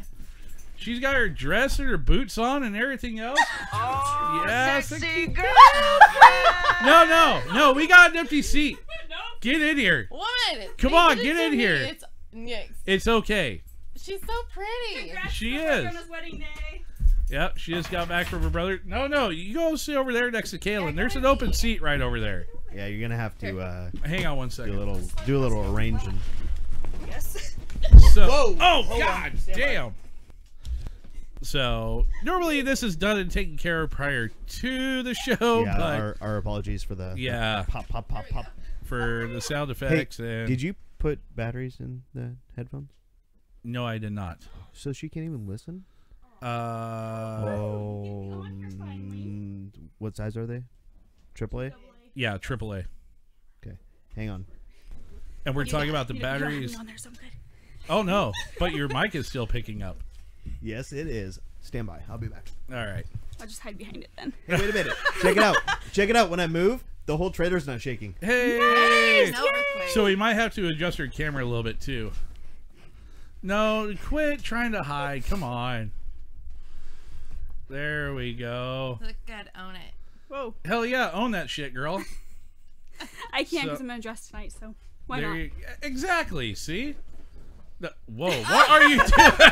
Speaker 2: She's got her dress and her boots on and everything else. Oh, yes. Sexy girl. no, no, no. We got an empty seat. Get in here.
Speaker 3: Woman.
Speaker 2: Come
Speaker 3: they
Speaker 2: on,
Speaker 3: did it
Speaker 2: get
Speaker 3: to
Speaker 2: in
Speaker 3: me.
Speaker 2: here.
Speaker 3: It's Nyx.
Speaker 2: It's okay.
Speaker 3: She's so pretty.
Speaker 2: She is. Yep, she just got back from her brother. No, no, you go sit over there next to Kaylin. There's an open seat right over there.
Speaker 4: Yeah, you're gonna have to uh,
Speaker 2: Hang on one
Speaker 4: do a
Speaker 2: second.
Speaker 4: little do a little arranging.
Speaker 2: So,
Speaker 9: Whoa,
Speaker 2: oh
Speaker 9: hold on,
Speaker 2: god
Speaker 9: stand by.
Speaker 2: damn. So normally this is done and taken care of prior to the show,
Speaker 4: yeah,
Speaker 2: but
Speaker 4: our, our apologies for the the
Speaker 2: Oh, Yeah.
Speaker 4: pop pop pop pop.
Speaker 2: for the sound
Speaker 4: Hey,
Speaker 2: effects and
Speaker 4: did you put batteries in the headphones
Speaker 2: no, I did not.
Speaker 4: so she can't even listen?
Speaker 2: Uh,
Speaker 4: Oh, mm, what size are they? Triple A.
Speaker 2: yeah, AAA.
Speaker 4: Okay, hang on.
Speaker 2: And we're talking about the batteries. Oh no, but your mic is still picking up.
Speaker 4: Yes, it is. Stand by. I'll be back.
Speaker 2: All right.
Speaker 10: I'll just hide behind it then.
Speaker 4: Hey, wait a minute. Check it out. Check it out. When I move, the whole trailer's not shaking.
Speaker 2: Hey.
Speaker 3: No earthquake.
Speaker 2: So we might have to adjust our camera a little bit too. No, quit trying to hide. Come on. There we go.
Speaker 3: Look good, own it.
Speaker 10: Whoa.
Speaker 2: Hell yeah, own that shit, girl.
Speaker 10: I can't
Speaker 2: So-
Speaker 10: because I'm gonna dress tonight, so why
Speaker 2: There
Speaker 10: not?
Speaker 2: you- exactly. See. The- Whoa! What are you doing?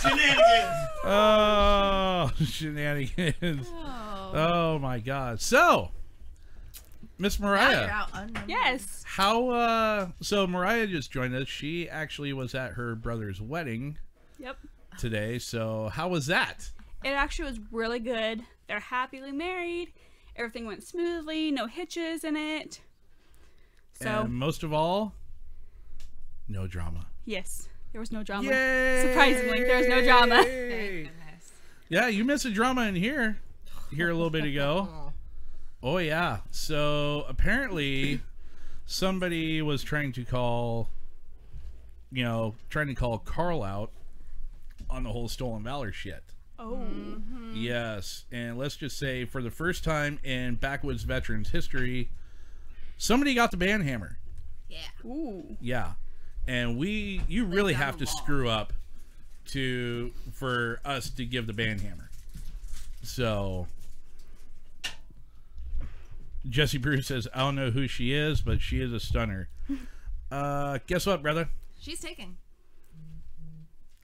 Speaker 9: Shenanigans.
Speaker 2: Oh, shenanigans!
Speaker 3: Oh,
Speaker 2: Oh my God! So, Miss
Speaker 3: now
Speaker 2: Mariah,
Speaker 3: you're out unnumbered.
Speaker 10: Yes.
Speaker 2: How uh so Mariah just joined us. She actually was at her brother's wedding
Speaker 10: Yep.
Speaker 2: today. So how was that?
Speaker 10: It actually was really good. They're happily married. Everything went smoothly. No hitches in it. So
Speaker 2: And most of all, no drama.
Speaker 10: yes, there was no drama.
Speaker 2: Yay!
Speaker 10: Surprisingly, there was no drama.
Speaker 3: Thank goodness.
Speaker 2: Yeah, you missed a drama in here here a little bit ago. Oh yeah. So apparently somebody was trying to call you know, trying to call Carl out on the whole stolen valor shit.
Speaker 10: Oh,
Speaker 2: Yes, and let's just say for the first time in backwoods veterans history, somebody got the band hammer.
Speaker 3: Yeah.
Speaker 10: ooh,
Speaker 2: Yeah, and we you really
Speaker 3: got
Speaker 2: have to
Speaker 3: them all.
Speaker 2: screw up to for us to give the band hammer. So Jesse Bruce says, "I don't know who she is, but she is a stunner." Uh, guess what, brother?
Speaker 3: She's taken.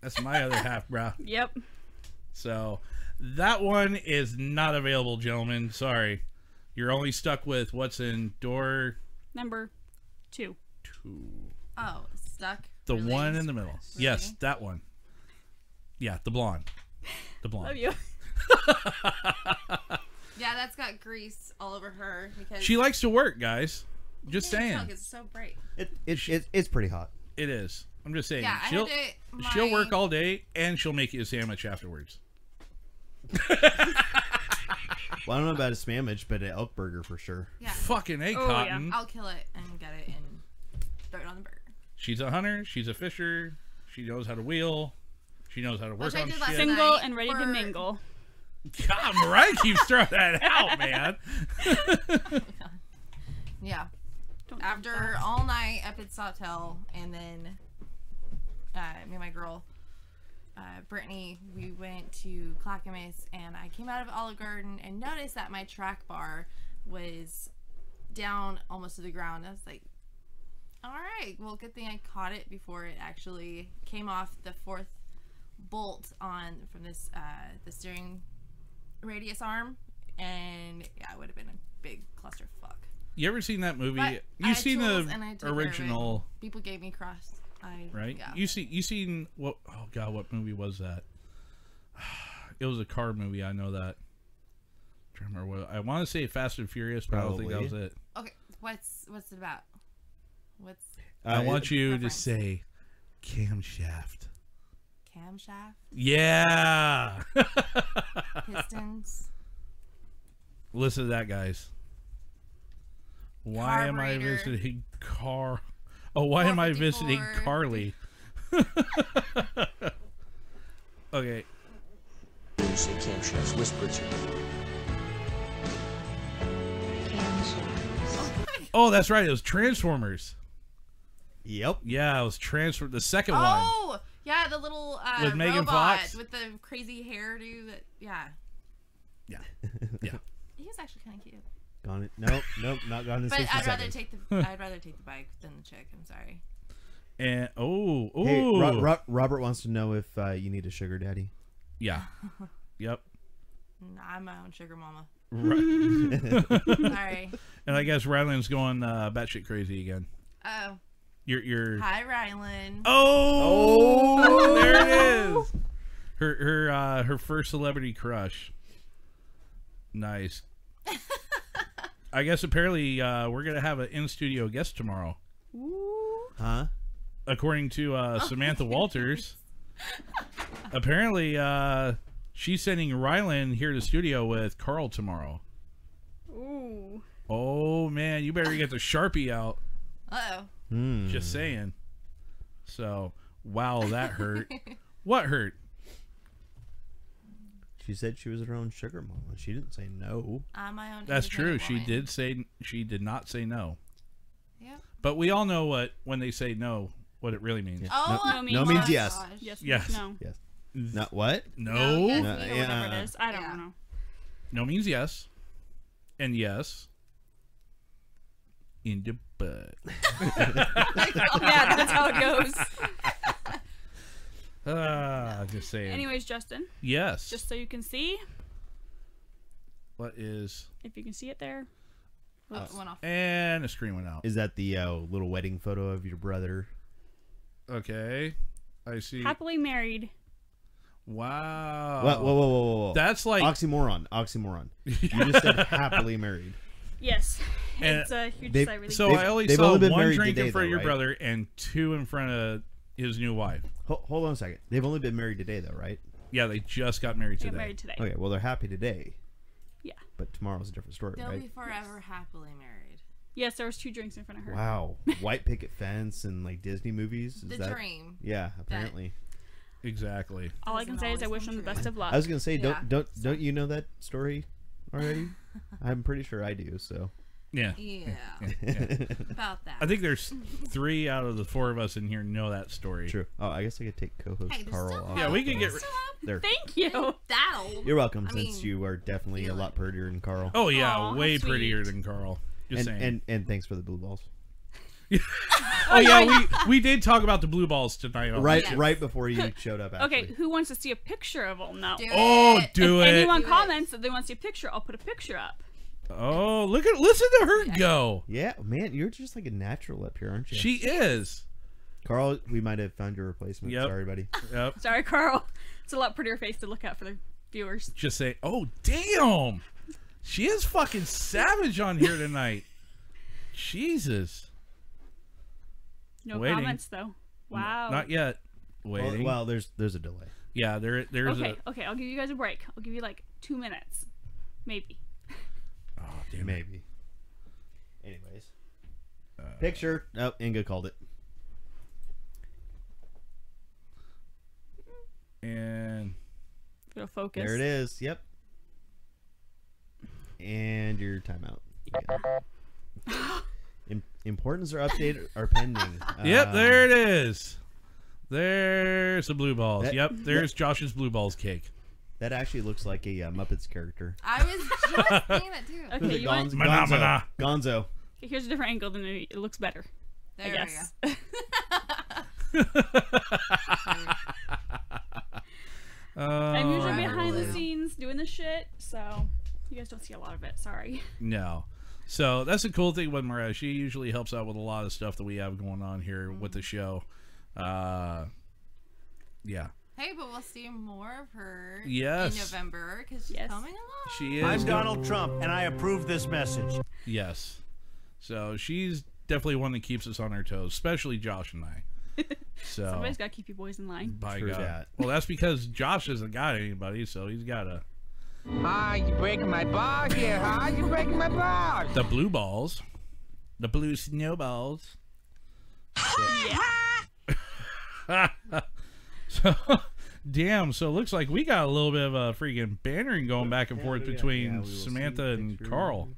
Speaker 2: That's my other half, bruh.
Speaker 10: yep.
Speaker 2: So that one is not available, gentlemen. Sorry. You're only stuck with what's in door
Speaker 10: Number two.
Speaker 2: two.
Speaker 3: Oh, stuck.
Speaker 2: The
Speaker 3: Really?
Speaker 2: one in the middle. Yes, that one. Yeah, the blonde. The blonde.
Speaker 10: Love you.
Speaker 3: Yeah, that's got grease all over her because
Speaker 2: She likes to work, guys. Just
Speaker 3: Yeah, you can
Speaker 2: saying.
Speaker 3: tell 'cause It's so bright.
Speaker 4: It, it, it, it's pretty hot.
Speaker 2: It is. I'm just saying.
Speaker 3: Yeah,
Speaker 2: she'll
Speaker 3: I had to, my,
Speaker 2: she'll work all day and she'll make you a sandwich afterwards.
Speaker 4: Well, I don't know about a sandwich, but an elk burger for sure.
Speaker 3: Yeah,
Speaker 2: Fucking A
Speaker 10: Oh, yeah.
Speaker 2: cotton.
Speaker 3: I'll kill it and get it and throw it on the burger.
Speaker 2: She's a hunter, she's a fisher, she knows how to wheel, she knows how to work
Speaker 3: Which I
Speaker 2: on
Speaker 3: did last
Speaker 2: shit.
Speaker 3: night.
Speaker 10: Single and ready to
Speaker 3: for-
Speaker 10: mingle.
Speaker 2: God, Mariah keeps throwing that out, man.
Speaker 3: Yeah.
Speaker 10: Don't
Speaker 3: After all night up at Sawtell, and then uh, me and my girl, uh, Brittany, we went to Clackamas, and I came out of Olive Garden and noticed that my track bar was down almost to the ground. I was like, all right, well, good thing I caught it before it actually came off the fourth bolt on from this uh, the steering radius arm, and yeah, it would have been a big clusterfuck.
Speaker 2: You ever seen that movie?
Speaker 3: But I
Speaker 2: you
Speaker 3: had
Speaker 2: seen
Speaker 3: tools
Speaker 2: the
Speaker 3: and I took care of it.
Speaker 2: original,
Speaker 3: People gave me cross. I,
Speaker 2: right?
Speaker 3: Yeah.
Speaker 2: You see, you seen what? Oh god, what movie was that? It was a car movie. I know that. I trying to remember what I want to say. Fast and Furious, but I don't think that
Speaker 4: Probably.
Speaker 2: was it.
Speaker 3: okay. What's what's it about? What's
Speaker 4: Uh,
Speaker 2: I want you
Speaker 3: reference.
Speaker 2: to say camshaft.
Speaker 3: camshaft,
Speaker 2: Yeah.
Speaker 3: pistons,
Speaker 2: Listen to that, guys. Why am I
Speaker 3: Carburetor.
Speaker 2: visiting Car? Oh, why am I visiting
Speaker 3: 454.
Speaker 2: Carly? okay. Oh, that's right. It was Transformers.
Speaker 4: Yep.
Speaker 2: Yeah, it was Transform. The second one.
Speaker 3: Oh, yeah, the little uh,
Speaker 2: With Megan
Speaker 3: robot
Speaker 2: Fox?
Speaker 3: with the crazy hairdo. That yeah,
Speaker 2: Yeah. Yeah.
Speaker 3: he was actually kind of cute.
Speaker 4: Gone it. Nope. Nope. Not gone in
Speaker 3: But
Speaker 4: 60
Speaker 3: I'd rather
Speaker 4: seconds.
Speaker 3: take the I'd rather take the bike than the chick. I'm sorry.
Speaker 2: And oh, oh,
Speaker 4: Hey, Ro- Ro- Robert wants to know if uh, you need a sugar daddy.
Speaker 2: yeah. Yep.
Speaker 3: Nah, I'm my own sugar mama.
Speaker 2: Ri-
Speaker 3: Sorry.
Speaker 2: and I guess Ryland's going uh, batshit crazy again.
Speaker 3: Oh,
Speaker 2: Your your
Speaker 3: Hi, Rylan.
Speaker 2: Oh, there it is. Her her uh, her first celebrity crush. Nice. I guess apparently uh, we're gonna have an in studio guest tomorrow.
Speaker 4: Huh?
Speaker 2: According to uh, Samantha Walters, apparently uh, she's sending Rylan here to studio with Carl tomorrow.
Speaker 10: Ooh.
Speaker 2: Oh man, you better get the sharpie out.
Speaker 3: Uh oh.
Speaker 2: Just saying. So, wow, that hurt. what hurt?
Speaker 4: She said she was her own sugar mama. She didn't say no.
Speaker 3: I'm my own.
Speaker 2: That's true.
Speaker 3: independent
Speaker 2: She
Speaker 3: woman.
Speaker 2: did say she did not say no.
Speaker 3: Yep.
Speaker 2: But we all know what when they say no, what it really means.
Speaker 3: Oh,
Speaker 4: No-
Speaker 3: I-
Speaker 4: no means- No means
Speaker 3: oh,
Speaker 4: yes.
Speaker 3: gosh.
Speaker 10: Yes.
Speaker 2: Yes.
Speaker 10: No.
Speaker 4: Yes. Not what?
Speaker 2: No, no,
Speaker 3: yes.
Speaker 4: No,
Speaker 3: you know,
Speaker 4: yeah.
Speaker 3: whatever
Speaker 10: It is. I don't
Speaker 3: Yeah.
Speaker 10: know.
Speaker 2: means yes, and yes. In the butt.
Speaker 10: yeah, that's how it goes.
Speaker 2: Ah, just saying.
Speaker 10: Anyways, Justin,
Speaker 2: yes.
Speaker 10: just so you can see,
Speaker 2: what is
Speaker 10: if you can see it there.
Speaker 3: Oops, went off.
Speaker 2: and the screen went out.
Speaker 4: Is that the uh, little wedding photo of your brother?
Speaker 2: Okay, I see.
Speaker 10: Happily married.
Speaker 2: Wow.
Speaker 4: Whoa, whoa, whoa, whoa, whoa.
Speaker 2: Oh. That's like
Speaker 4: oxymoron. Oxymoron. You just said happily married.
Speaker 10: Yes.
Speaker 2: And-
Speaker 10: it's a huge
Speaker 4: They-
Speaker 10: celebrity.
Speaker 2: So
Speaker 4: They've-
Speaker 2: I only
Speaker 4: they've
Speaker 2: saw
Speaker 4: only been
Speaker 2: one
Speaker 4: married
Speaker 2: drink
Speaker 4: today,
Speaker 2: in front
Speaker 4: though,
Speaker 2: of your
Speaker 4: right?
Speaker 2: brother and two in front of his new wife.
Speaker 4: Ho- hold on a second. They've only been married today, though, right?
Speaker 2: Yeah, they just got married
Speaker 10: they got
Speaker 2: today.
Speaker 10: married today.
Speaker 4: Okay, well, they're happy today.
Speaker 10: Yeah.
Speaker 4: But tomorrow's a different story,
Speaker 3: They'll
Speaker 4: right?
Speaker 3: be forever happily married.
Speaker 10: Yes, there was two drinks in front of her.
Speaker 4: Wow. White Picket Fence and like Disney movies? Is
Speaker 3: The
Speaker 4: that...
Speaker 3: dream.
Speaker 4: Yeah, apparently.
Speaker 2: Exactly.
Speaker 10: All I can
Speaker 3: Doesn't
Speaker 10: say is I
Speaker 3: always
Speaker 10: wish
Speaker 3: come
Speaker 10: them the
Speaker 3: true.
Speaker 10: best of luck.
Speaker 4: I was gonna say,
Speaker 3: Yeah.
Speaker 4: don't don't don't you know that story already? I'm pretty sure I do. So
Speaker 2: Yeah.
Speaker 3: Yeah. About that.
Speaker 2: I think there's three out of the four of us in here know that story.
Speaker 4: true. Oh, I guess I could take co-host
Speaker 3: Hey, there's
Speaker 4: Carl.
Speaker 3: still
Speaker 4: off
Speaker 3: hope.
Speaker 2: Yeah, we could
Speaker 4: the
Speaker 2: get
Speaker 4: list.
Speaker 2: rid-
Speaker 3: Still hope.
Speaker 4: there.
Speaker 10: Thank you.
Speaker 3: That old.
Speaker 4: You're welcome,
Speaker 3: I
Speaker 4: since
Speaker 3: mean,
Speaker 4: you are definitely a
Speaker 3: feel
Speaker 4: lot
Speaker 3: it.
Speaker 4: prettier than Carl.
Speaker 2: Oh yeah,
Speaker 10: Aw,
Speaker 2: way
Speaker 10: sweet.
Speaker 2: prettier than Carl. Just
Speaker 4: and,
Speaker 2: saying.
Speaker 4: and and thanks for the blue balls.
Speaker 2: oh yeah, we we did talk about the blue balls tonight. on-
Speaker 4: Right,
Speaker 3: Yes.
Speaker 4: right before you showed up. Actually.
Speaker 10: Okay, who wants to see a picture of them now?
Speaker 3: Do
Speaker 2: Oh,
Speaker 3: it.
Speaker 2: do
Speaker 10: if
Speaker 2: it.
Speaker 10: anyone
Speaker 3: Do it.
Speaker 10: comments that they want to see a picture, I'll put a picture up.
Speaker 2: Oh, look at listen to her go.
Speaker 4: Yeah, man, you're just like a natural up here, aren't you?
Speaker 2: She is.
Speaker 4: Carl, we might have found your replacement.
Speaker 2: Yep.
Speaker 4: Sorry, buddy.
Speaker 2: Yep.
Speaker 10: Sorry, Carl. It's a lot prettier face to look at for the viewers.
Speaker 2: Just say, "Oh, damn." She is fucking savage on here tonight. Jesus.
Speaker 10: No
Speaker 2: Waiting.
Speaker 10: comments though. Wow.
Speaker 2: Not yet.
Speaker 4: Well,
Speaker 2: Waiting.
Speaker 4: well, there's there's a delay.
Speaker 2: yeah, there there's
Speaker 10: okay, okay, I'll give you guys a break. I'll give you like two minutes. Maybe.
Speaker 2: a oh, damn it.
Speaker 4: Maybe. Anyways.
Speaker 2: Uh,
Speaker 4: Picture. Oh, Inga called it.
Speaker 2: And
Speaker 10: If it'll focus.
Speaker 4: There it is. Yep. And your timeout. Yeah. Im- importance are updated are pending.
Speaker 2: Yep,
Speaker 4: Um,
Speaker 2: there it is. There's the blue balls.
Speaker 4: That-
Speaker 2: yep, there's Josh's blue balls cake.
Speaker 4: That actually looks like a uh, Muppets character.
Speaker 3: I was just thinking that too.
Speaker 10: Okay,
Speaker 4: Who's it?
Speaker 10: you want-
Speaker 4: Gonzo.
Speaker 2: Mana,
Speaker 4: Gonzo.
Speaker 2: mana.
Speaker 4: Gonzo.
Speaker 10: Okay, here's a different angle than it it looks better.
Speaker 3: There we
Speaker 10: yes.
Speaker 3: go.
Speaker 10: I'm usually
Speaker 2: Oh,
Speaker 10: behind the
Speaker 3: Lord.
Speaker 10: scenes doing the shit, so you guys don't see a lot of it. Sorry.
Speaker 2: no. So that's the cool thing with Mariah. She usually helps out with a lot of stuff that we have going on here with the show. Uh, yeah,
Speaker 3: Hey, but we'll see more of her
Speaker 2: Yes.
Speaker 3: in November because she's
Speaker 10: Yes.
Speaker 3: coming along.
Speaker 2: she is.
Speaker 9: Donald Trump, and I approve this message.
Speaker 2: yes. So she's definitely one that keeps us on our toes, especially Josh and I. So
Speaker 10: Somebody's gotta keep you boys in line.
Speaker 2: by
Speaker 4: True
Speaker 2: God.
Speaker 4: that.
Speaker 2: Well, that's because Josh hasn't got anybody, so he's got a
Speaker 8: Ah, you breaking my ball here, huh? You breaking my ball.
Speaker 2: the blue balls, the blue snowballs. So, damn. So it looks like we got a little bit of a freaking bantering going back and forth between
Speaker 4: Yeah, we will see
Speaker 2: Samantha and
Speaker 4: pictures.
Speaker 2: Carl.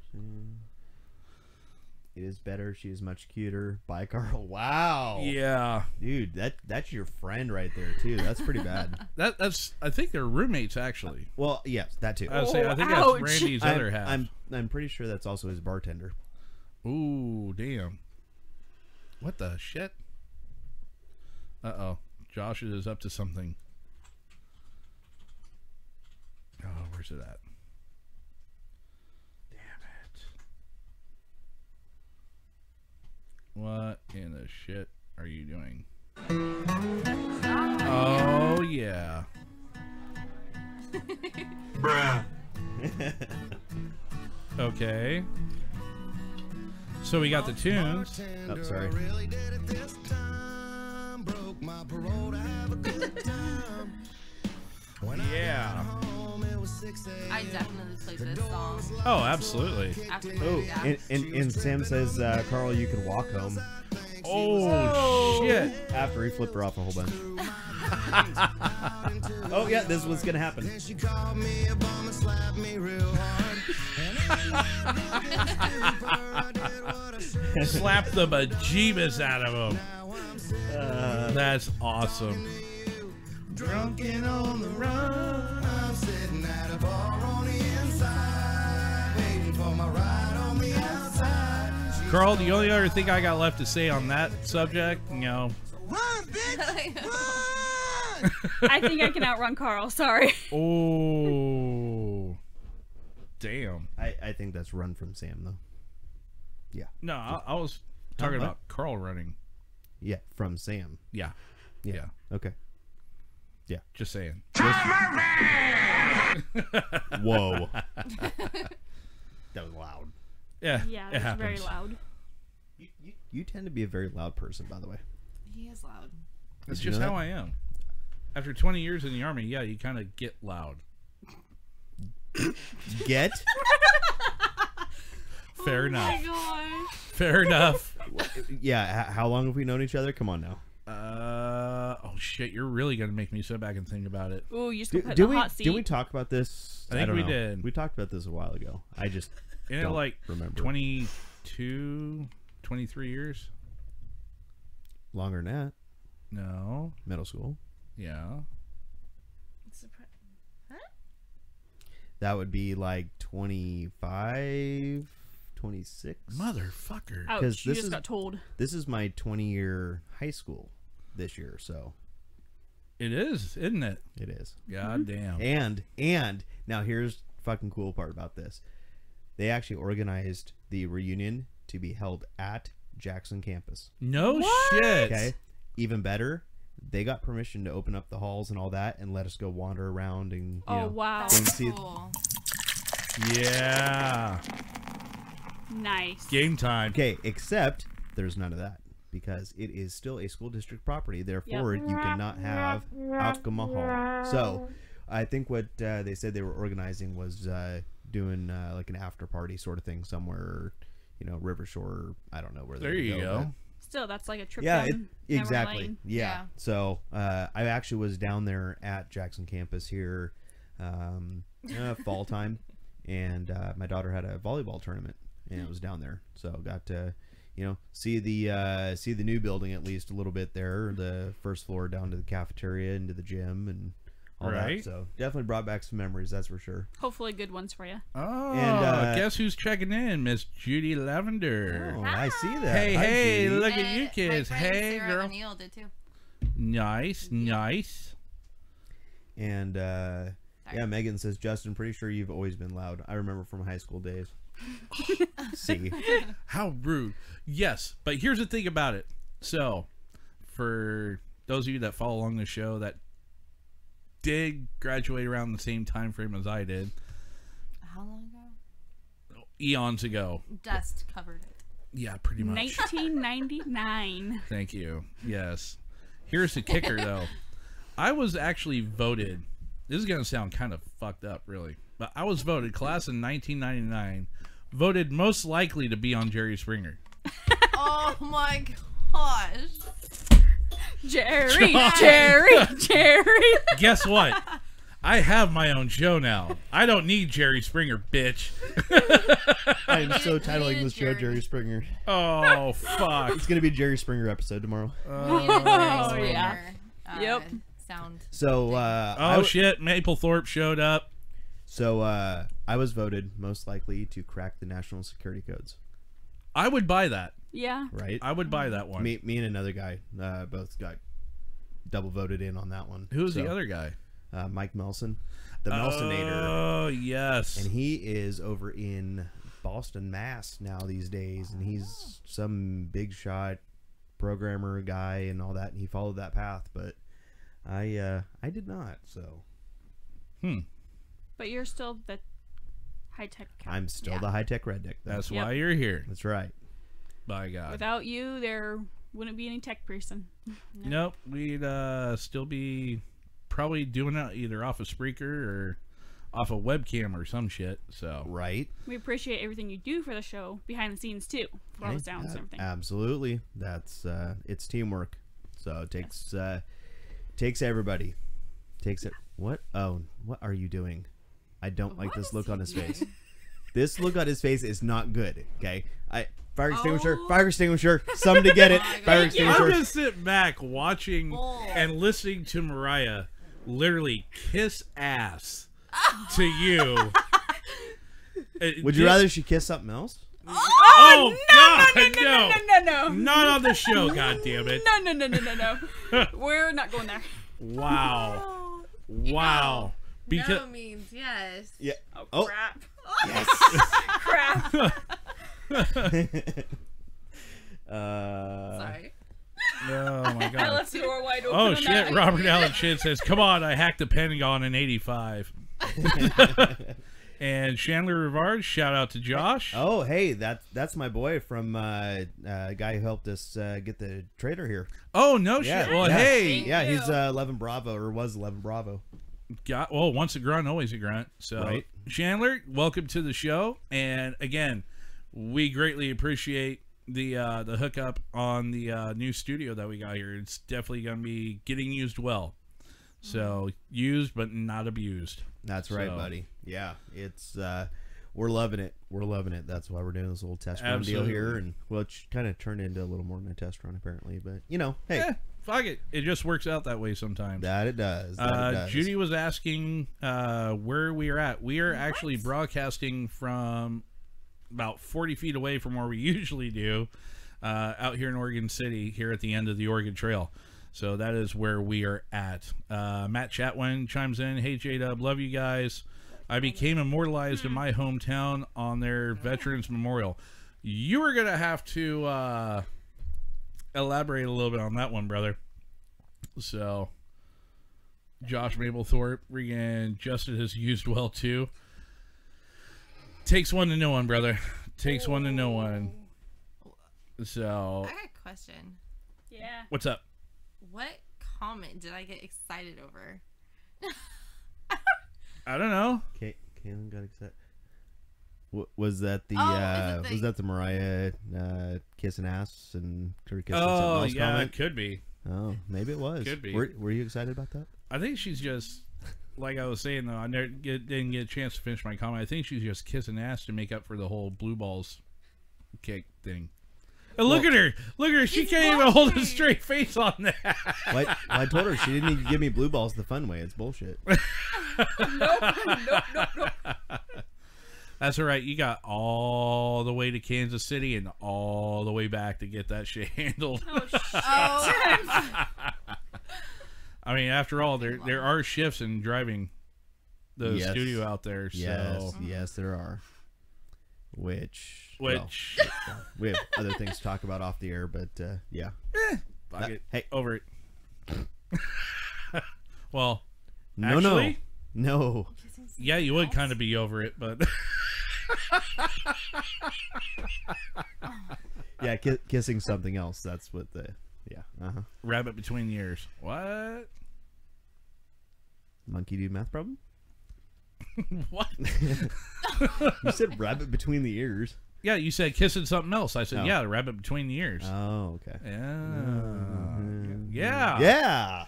Speaker 4: It is better. She is much cuter. Bye, Carl. Wow.
Speaker 2: Yeah,
Speaker 4: Dude, that that's your friend right there too. That's pretty bad.
Speaker 2: that that's. I think they're roommates actually.
Speaker 4: well, yes, that too.
Speaker 2: I, was saying, I
Speaker 10: Oh,
Speaker 2: think
Speaker 10: ouch.
Speaker 2: that's Randy's
Speaker 4: I'm,
Speaker 2: other half.
Speaker 4: I'm I'm pretty sure that's also his bartender.
Speaker 2: Ooh, damn. What the shit? Uh oh, Josh is up to something. Oh, where's it at? Damn it! What in the shit Oh, So we got the tunes.
Speaker 4: Oh, sorry.
Speaker 2: Yeah.
Speaker 3: I definitely played this song.
Speaker 2: Oh, absolutely.
Speaker 3: After
Speaker 4: Oh,
Speaker 3: yeah.
Speaker 4: and, and, and Sam says, uh, Carl, you can walk home.
Speaker 2: Oh, shit.
Speaker 4: After he flipped her off a whole bunch. oh, yeah, this was going to happen.
Speaker 2: Slap the bejeebus out of him.
Speaker 4: Uh,
Speaker 2: That's awesome.
Speaker 7: Drunken on the run. I'm sitting at a bar on the inside, waiting for my ride on the outside.
Speaker 2: Carl, the only other thing I got left to say on that subject, you know,
Speaker 7: Run, bitch! Run!
Speaker 10: I think I can outrun Carl. Sorry.
Speaker 2: oh, damn.
Speaker 4: I, I think that's run from Sam, though.
Speaker 2: No, I, I was talking
Speaker 4: Huh?
Speaker 2: about Carl running.
Speaker 4: Yeah, from Sam.
Speaker 2: Yeah,
Speaker 4: Yeah.
Speaker 2: Yeah.
Speaker 4: Okay.
Speaker 2: just saying.
Speaker 4: Whoa. that was loud.
Speaker 2: Yeah,
Speaker 10: Yeah,
Speaker 2: it
Speaker 10: it's
Speaker 2: happens.
Speaker 10: very loud.
Speaker 4: You, you, you tend to be a very loud person, by the way.
Speaker 3: He is loud.
Speaker 2: That's
Speaker 4: Did you
Speaker 2: just
Speaker 4: know
Speaker 2: how
Speaker 4: that?
Speaker 2: I am. After 20 years in the army, yeah, you kind of get loud.
Speaker 4: Get?
Speaker 2: Fair enough.
Speaker 3: Oh
Speaker 2: Fair enough.
Speaker 4: yeah, h- how long have we known each other? Come on now.
Speaker 2: Uh, oh shit, you're really gonna make me sit back and think about it.
Speaker 10: Ooh, you just
Speaker 4: Do,
Speaker 10: put
Speaker 4: do
Speaker 10: in the
Speaker 4: we
Speaker 10: hot seat.
Speaker 4: did we talk about this?
Speaker 2: I think
Speaker 4: don't
Speaker 2: we
Speaker 4: know.
Speaker 2: did.
Speaker 4: We talked about this a while ago. I just
Speaker 2: In
Speaker 4: don't
Speaker 2: like
Speaker 4: remember
Speaker 2: 22, 23 years?
Speaker 4: longer than that.
Speaker 2: No.
Speaker 4: Middle school.
Speaker 2: Yeah.
Speaker 4: That would be like 25, 26.
Speaker 2: Motherfucker.
Speaker 10: Ouch!
Speaker 4: 'cause
Speaker 10: you
Speaker 4: this
Speaker 10: just
Speaker 4: is-
Speaker 10: got told.
Speaker 4: This is my 20 year high school this year, so
Speaker 2: It is, isn't it?
Speaker 4: it is.
Speaker 2: God
Speaker 10: Mm-hmm.
Speaker 2: damn.
Speaker 4: And and now here's fucking cool part about this. They actually organized the reunion to be held at Jackson campus.
Speaker 2: No shit.
Speaker 4: Okay. Even better, they got permission to open up the halls and all that and let us go wander around and you
Speaker 10: Oh
Speaker 4: know,
Speaker 10: wow!
Speaker 3: my god. That's
Speaker 4: see-
Speaker 3: cool.
Speaker 2: Yeah.
Speaker 10: Nice.
Speaker 2: Game time.
Speaker 4: Okay, except there's none of that because it is still a school district property. Therefore, you cannot have alcohol. So, I think what uh, they said they were organizing was uh, doing uh, like an after party sort of thing somewhere, you know, River Shore. I don't know where. they're
Speaker 2: There you
Speaker 4: gonna
Speaker 2: go.
Speaker 10: Still, that's like a
Speaker 4: but-
Speaker 10: trip.
Speaker 4: Yeah, it,
Speaker 10: down memory
Speaker 4: exactly.
Speaker 10: lane.
Speaker 4: Yeah.
Speaker 3: Yeah.
Speaker 4: So uh, I actually was down there at Jackson campus here, um, uh, fall time, and uh, my daughter had a volleyball tournament, and it was down there. So got to, you know, see the uh, see the new building at least a little bit there, the first floor down to the cafeteria, into the gym, and all
Speaker 2: Right.
Speaker 4: that. So definitely brought back some memories, that's for sure.
Speaker 10: Hopefully, good ones for you.
Speaker 2: Oh,
Speaker 4: uh,
Speaker 2: guess who's checking in? Miss Judy Lavender.
Speaker 4: Oh, I see that.
Speaker 2: Hey,
Speaker 4: Hi,
Speaker 2: hey,
Speaker 4: Judy.
Speaker 2: look at
Speaker 3: And
Speaker 2: you
Speaker 3: my
Speaker 2: kids.
Speaker 3: friend
Speaker 2: Hey,
Speaker 3: Sarah
Speaker 2: girl.
Speaker 3: O'Neill did too.
Speaker 2: Nice, nice.
Speaker 4: And uh,
Speaker 3: Sorry.
Speaker 4: yeah, Megan says, Justin, pretty sure you've always been loud. I remember from high school days. See,
Speaker 2: How rude. Yes, but here's the thing about it. So, for those of you that follow along the show that did graduate around the same time frame as I did,
Speaker 3: How long ago?
Speaker 2: eons ago.
Speaker 3: Dust covered it.
Speaker 2: Yeah, pretty much.
Speaker 10: 1999.
Speaker 2: Thank you. Yes. Here's the kicker, though. I was actually voted. This is going to sound kind of fucked up, really. But I was voted, class in 1999, voted most likely to be on Jerry Springer.
Speaker 3: Oh my gosh.
Speaker 10: Jerry, Jerry, Jerry.
Speaker 2: Guess what? I have my own show now. I don't need Jerry Springer, bitch.
Speaker 4: I am so
Speaker 3: need- we need
Speaker 4: titling
Speaker 3: a
Speaker 4: this show
Speaker 3: Jerry.
Speaker 4: Jerry Springer.
Speaker 2: Oh, fuck.
Speaker 4: It's gonna be a Jerry Springer episode tomorrow.
Speaker 3: Oh,
Speaker 10: yeah.
Speaker 3: Uh,
Speaker 10: Yep.
Speaker 3: Sound.
Speaker 4: So, uh, I
Speaker 2: Oh,
Speaker 4: w-
Speaker 2: shit. Maplethorpe showed up.
Speaker 4: so uh, I was voted most likely to crack the national security codes.
Speaker 2: I would buy that.
Speaker 10: Yeah.
Speaker 4: Right?
Speaker 2: I would buy that one.
Speaker 4: me, me and another guy uh, both got double voted in on that one.
Speaker 2: Who was the
Speaker 4: So,
Speaker 2: other guy?
Speaker 4: Uh, Mike Melson, the Melsonator,
Speaker 2: Oh, yes.
Speaker 4: and he is over in Boston, Mass. Now these days, and he's some big shot programmer guy and all that. And he followed that path, but I, uh, I did not. So
Speaker 10: But you're still the high tech.
Speaker 4: I'm still
Speaker 3: Yeah.
Speaker 4: the high tech redneck. though.
Speaker 2: That's
Speaker 10: Yep.
Speaker 2: why you're here.
Speaker 4: That's right.
Speaker 2: By God.
Speaker 10: Without you, there wouldn't be any tech person.
Speaker 2: Nope, we'd uh, still be probably doing it either off a Spreaker or off a webcam or some shit. So
Speaker 4: right,
Speaker 10: We appreciate everything you do for the show behind the scenes too, for all the sounds
Speaker 4: uh,
Speaker 10: and everything.
Speaker 4: Absolutely, that's uh, it's teamwork. So it takes uh, takes everybody. Takes it. What? Oh, what are you doing? I don't like this look on his face. this look on his face is not good. Okay, I fire extinguisher, fire extinguisher. Somebody get it. fire
Speaker 2: I'm
Speaker 4: extinguisher.
Speaker 2: gonna sit back watching
Speaker 10: Oh.
Speaker 2: and listening to Mariah literally kiss ass to you. It-
Speaker 4: Would you
Speaker 2: it-
Speaker 4: rather she kiss something else?
Speaker 2: Oh,
Speaker 10: no,
Speaker 2: God,
Speaker 10: no, no, no, no, no,
Speaker 2: Not on the show, God damn it!
Speaker 10: No, no, no, no, no, no. We're not going there.
Speaker 2: Wow, wow. Because
Speaker 3: no means yes.
Speaker 4: Yeah.
Speaker 10: Oh,
Speaker 4: Oh.
Speaker 10: crap.
Speaker 3: Yes.
Speaker 4: crap. uh,
Speaker 3: Sorry.
Speaker 2: Oh my
Speaker 10: I
Speaker 2: god.
Speaker 10: left the door wide open.
Speaker 2: Oh
Speaker 10: on
Speaker 2: shit,
Speaker 10: that.
Speaker 2: Robert Allen Shit says, Come on, I hacked the Pentagon in eighty five. and Chandler Rivard, shout out to Josh.
Speaker 4: Oh, hey, that that's my boy from uh, uh guy who helped us uh, get the trader here.
Speaker 2: Oh no shit. Well
Speaker 4: yeah.
Speaker 2: hey
Speaker 4: yeah, he's uh, eleven Bravo or was eleven Bravo.
Speaker 2: got well, once a grunt, always a grunt. So
Speaker 4: Right.
Speaker 2: Chandler, welcome to the show. And again, we greatly appreciate the uh the hookup on the uh new studio that we got here. It's definitely gonna be getting used well. So used but not abused.
Speaker 4: That's right,
Speaker 2: So-
Speaker 4: buddy. Yeah, it's uh, we're loving it. We're loving it. That's why we're doing this little test run deal
Speaker 2: Absolutely.
Speaker 4: here, and well, it kind of turned into a little more than a test run apparently. But you know, hey,
Speaker 2: Yeah, fuck it. It just works out that way sometimes.
Speaker 4: that it does. That it
Speaker 2: Uh,
Speaker 4: does.
Speaker 2: Judy was asking uh, where we are at. We are actually broadcasting from about 40 feet away from where we usually do uh, out here in Oregon City, here at the end of the Oregon Trail. So that is where we are at. Uh, Matt Chatwin chimes in Hey, J Dub, love you guys. I became immortalized in my hometown on their Veterans Memorial. You are going to have to uh, elaborate a little bit on that one, brother. So. Josh Mablethorpe, Regan Justin has used well too. Takes one to know one, brother. Takes one to know one.
Speaker 3: I
Speaker 2: So,
Speaker 3: got a question.
Speaker 10: Yeah.
Speaker 2: what's up?
Speaker 3: What comment did I get excited over?
Speaker 2: I don't know.
Speaker 4: Ka- Kaylin got excited. Wa- Was that the,
Speaker 3: Oh, is it
Speaker 4: uh,
Speaker 3: the-
Speaker 4: was that the Mariah uh, kissing ass and her kissing something
Speaker 2: oh,
Speaker 4: else
Speaker 2: yeah,
Speaker 4: comment?
Speaker 2: it could be.
Speaker 4: Oh, maybe it was.
Speaker 2: Could be.
Speaker 4: Were, were you excited about that?
Speaker 2: I think she's just like I was saying though. I never get, didn't get a chance to finish my comment. I think she's just kissing ass to make up for the whole blue balls kick thing. And look at her! Look at her! She can't even hold a straight face on that.
Speaker 4: Well, I, well, I told her she didn't even give me blue balls the fun way. It's bullshit.
Speaker 2: That's all right. You got all the way to Kansas City and all the way back to get that shit handled.
Speaker 3: Oh,
Speaker 2: I mean, after all, there there are shifts in driving the
Speaker 4: Yes.
Speaker 2: studio out there. So,
Speaker 4: Yes, yes, there are. Which, well,
Speaker 2: which
Speaker 4: we have other things to talk about off the air, but uh, yeah,
Speaker 2: fuck
Speaker 4: That-
Speaker 2: it,
Speaker 4: hey.
Speaker 2: over it. well,
Speaker 4: no,
Speaker 2: Actually-
Speaker 4: no, no.
Speaker 2: yeah, you would kind of be over it, but
Speaker 4: Yeah, ki- kissing something else. That's what the yeah. Uh huh.
Speaker 2: rabbit between the ears. What?
Speaker 4: Monkey do math problem.
Speaker 2: What?
Speaker 4: You said rabbit between the ears.
Speaker 2: Yeah, you said kissing something else. I said,
Speaker 4: Oh.
Speaker 2: yeah, the rabbit between the ears.
Speaker 4: Oh, okay.
Speaker 2: yeah.
Speaker 4: Mhm.
Speaker 2: yeah.
Speaker 4: Yeah.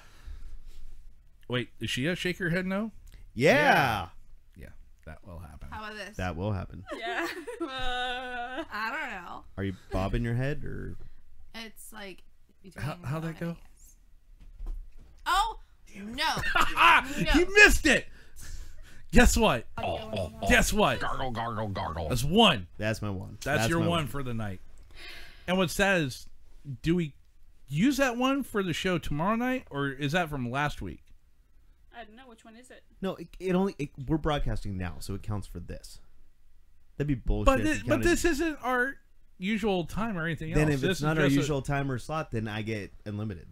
Speaker 2: Wait, is she a shake her head no?
Speaker 4: Yeah.
Speaker 2: Yeah, that will happen.
Speaker 3: how about this?
Speaker 4: That will happen.
Speaker 10: Yeah. Uh,
Speaker 3: I don't know.
Speaker 4: Are you bobbing your head or
Speaker 3: It's like between
Speaker 2: How- how'd that
Speaker 3: one and
Speaker 2: go?
Speaker 3: a yes. Oh no!
Speaker 2: Ah,
Speaker 3: No.
Speaker 2: he missed it. Guess what? Guess what?
Speaker 1: Gargle, gargle, gargle.
Speaker 2: That's one.
Speaker 4: that's my one.
Speaker 2: That's, your
Speaker 4: my
Speaker 2: one, for the night. And what's sad is, do we use that one for the show tomorrow night, or is that from last week?
Speaker 10: I don't know which one is it.
Speaker 4: No, it, it only it, we're broadcasting now, so it counts for this. That'd be bullshit.
Speaker 2: But
Speaker 4: if you
Speaker 2: this, but
Speaker 4: counted-
Speaker 2: this isn't our usual time or anything
Speaker 4: then
Speaker 2: else.
Speaker 4: if
Speaker 2: This
Speaker 4: it's
Speaker 2: is
Speaker 4: not our
Speaker 2: just a-
Speaker 4: usual time or slot, then I get unlimited.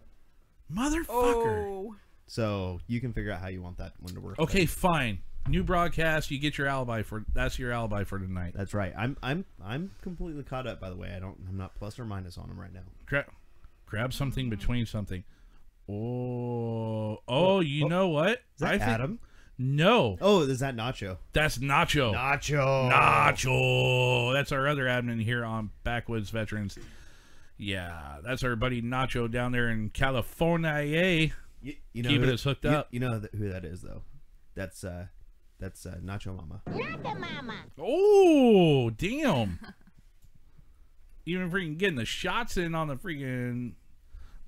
Speaker 2: motherfucker.
Speaker 10: Oh.
Speaker 4: So you can figure out how you want that one to work.
Speaker 2: Okay, fine. new broadcast. You get your alibi for that's your alibi for tonight.
Speaker 4: That's right. I'm I'm I'm completely caught up. By the way, I don't. I'm not plus or minus on them right now.
Speaker 2: Grab, grab something between something. Oh, oh, you know what?
Speaker 4: Is that
Speaker 2: I think-
Speaker 4: Adam?
Speaker 2: No.
Speaker 4: Oh, is that Nacho?
Speaker 2: That's Nacho.
Speaker 4: Nacho.
Speaker 2: Nacho. That's our other admin here on Backwoods Veterans. Yeah, that's our buddy Nacho down there in California.
Speaker 4: You, You know
Speaker 2: Keeping
Speaker 4: who-
Speaker 2: us hooked
Speaker 4: you-
Speaker 2: up.
Speaker 4: You know th- who that is though. That's uh, that's uh, Nacho Mama.
Speaker 2: Oh, damn. Even freaking getting the shots in on the freaking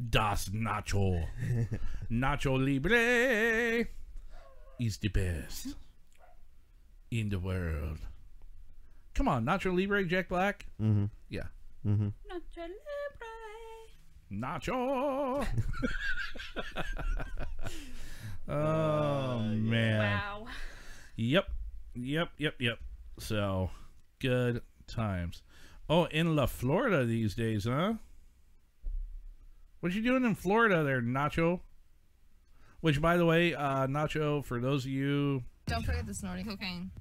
Speaker 2: Das Nacho. Nacho Libre is the best in the world. Come on, Nacho Libre, Jack Black.
Speaker 4: Mm-hmm.
Speaker 2: Yeah.
Speaker 4: Mm-hmm.
Speaker 10: Nacho Libre.
Speaker 2: Nacho. oh, man.
Speaker 10: Wow.
Speaker 2: Yep. Yep. Yep. Yep. So good times. Oh, in La Florida these days, huh? What you doing in Florida there, Nacho? Which, by the way, uh, Nacho, for those of you,
Speaker 3: Don't forget the snorting cocaine.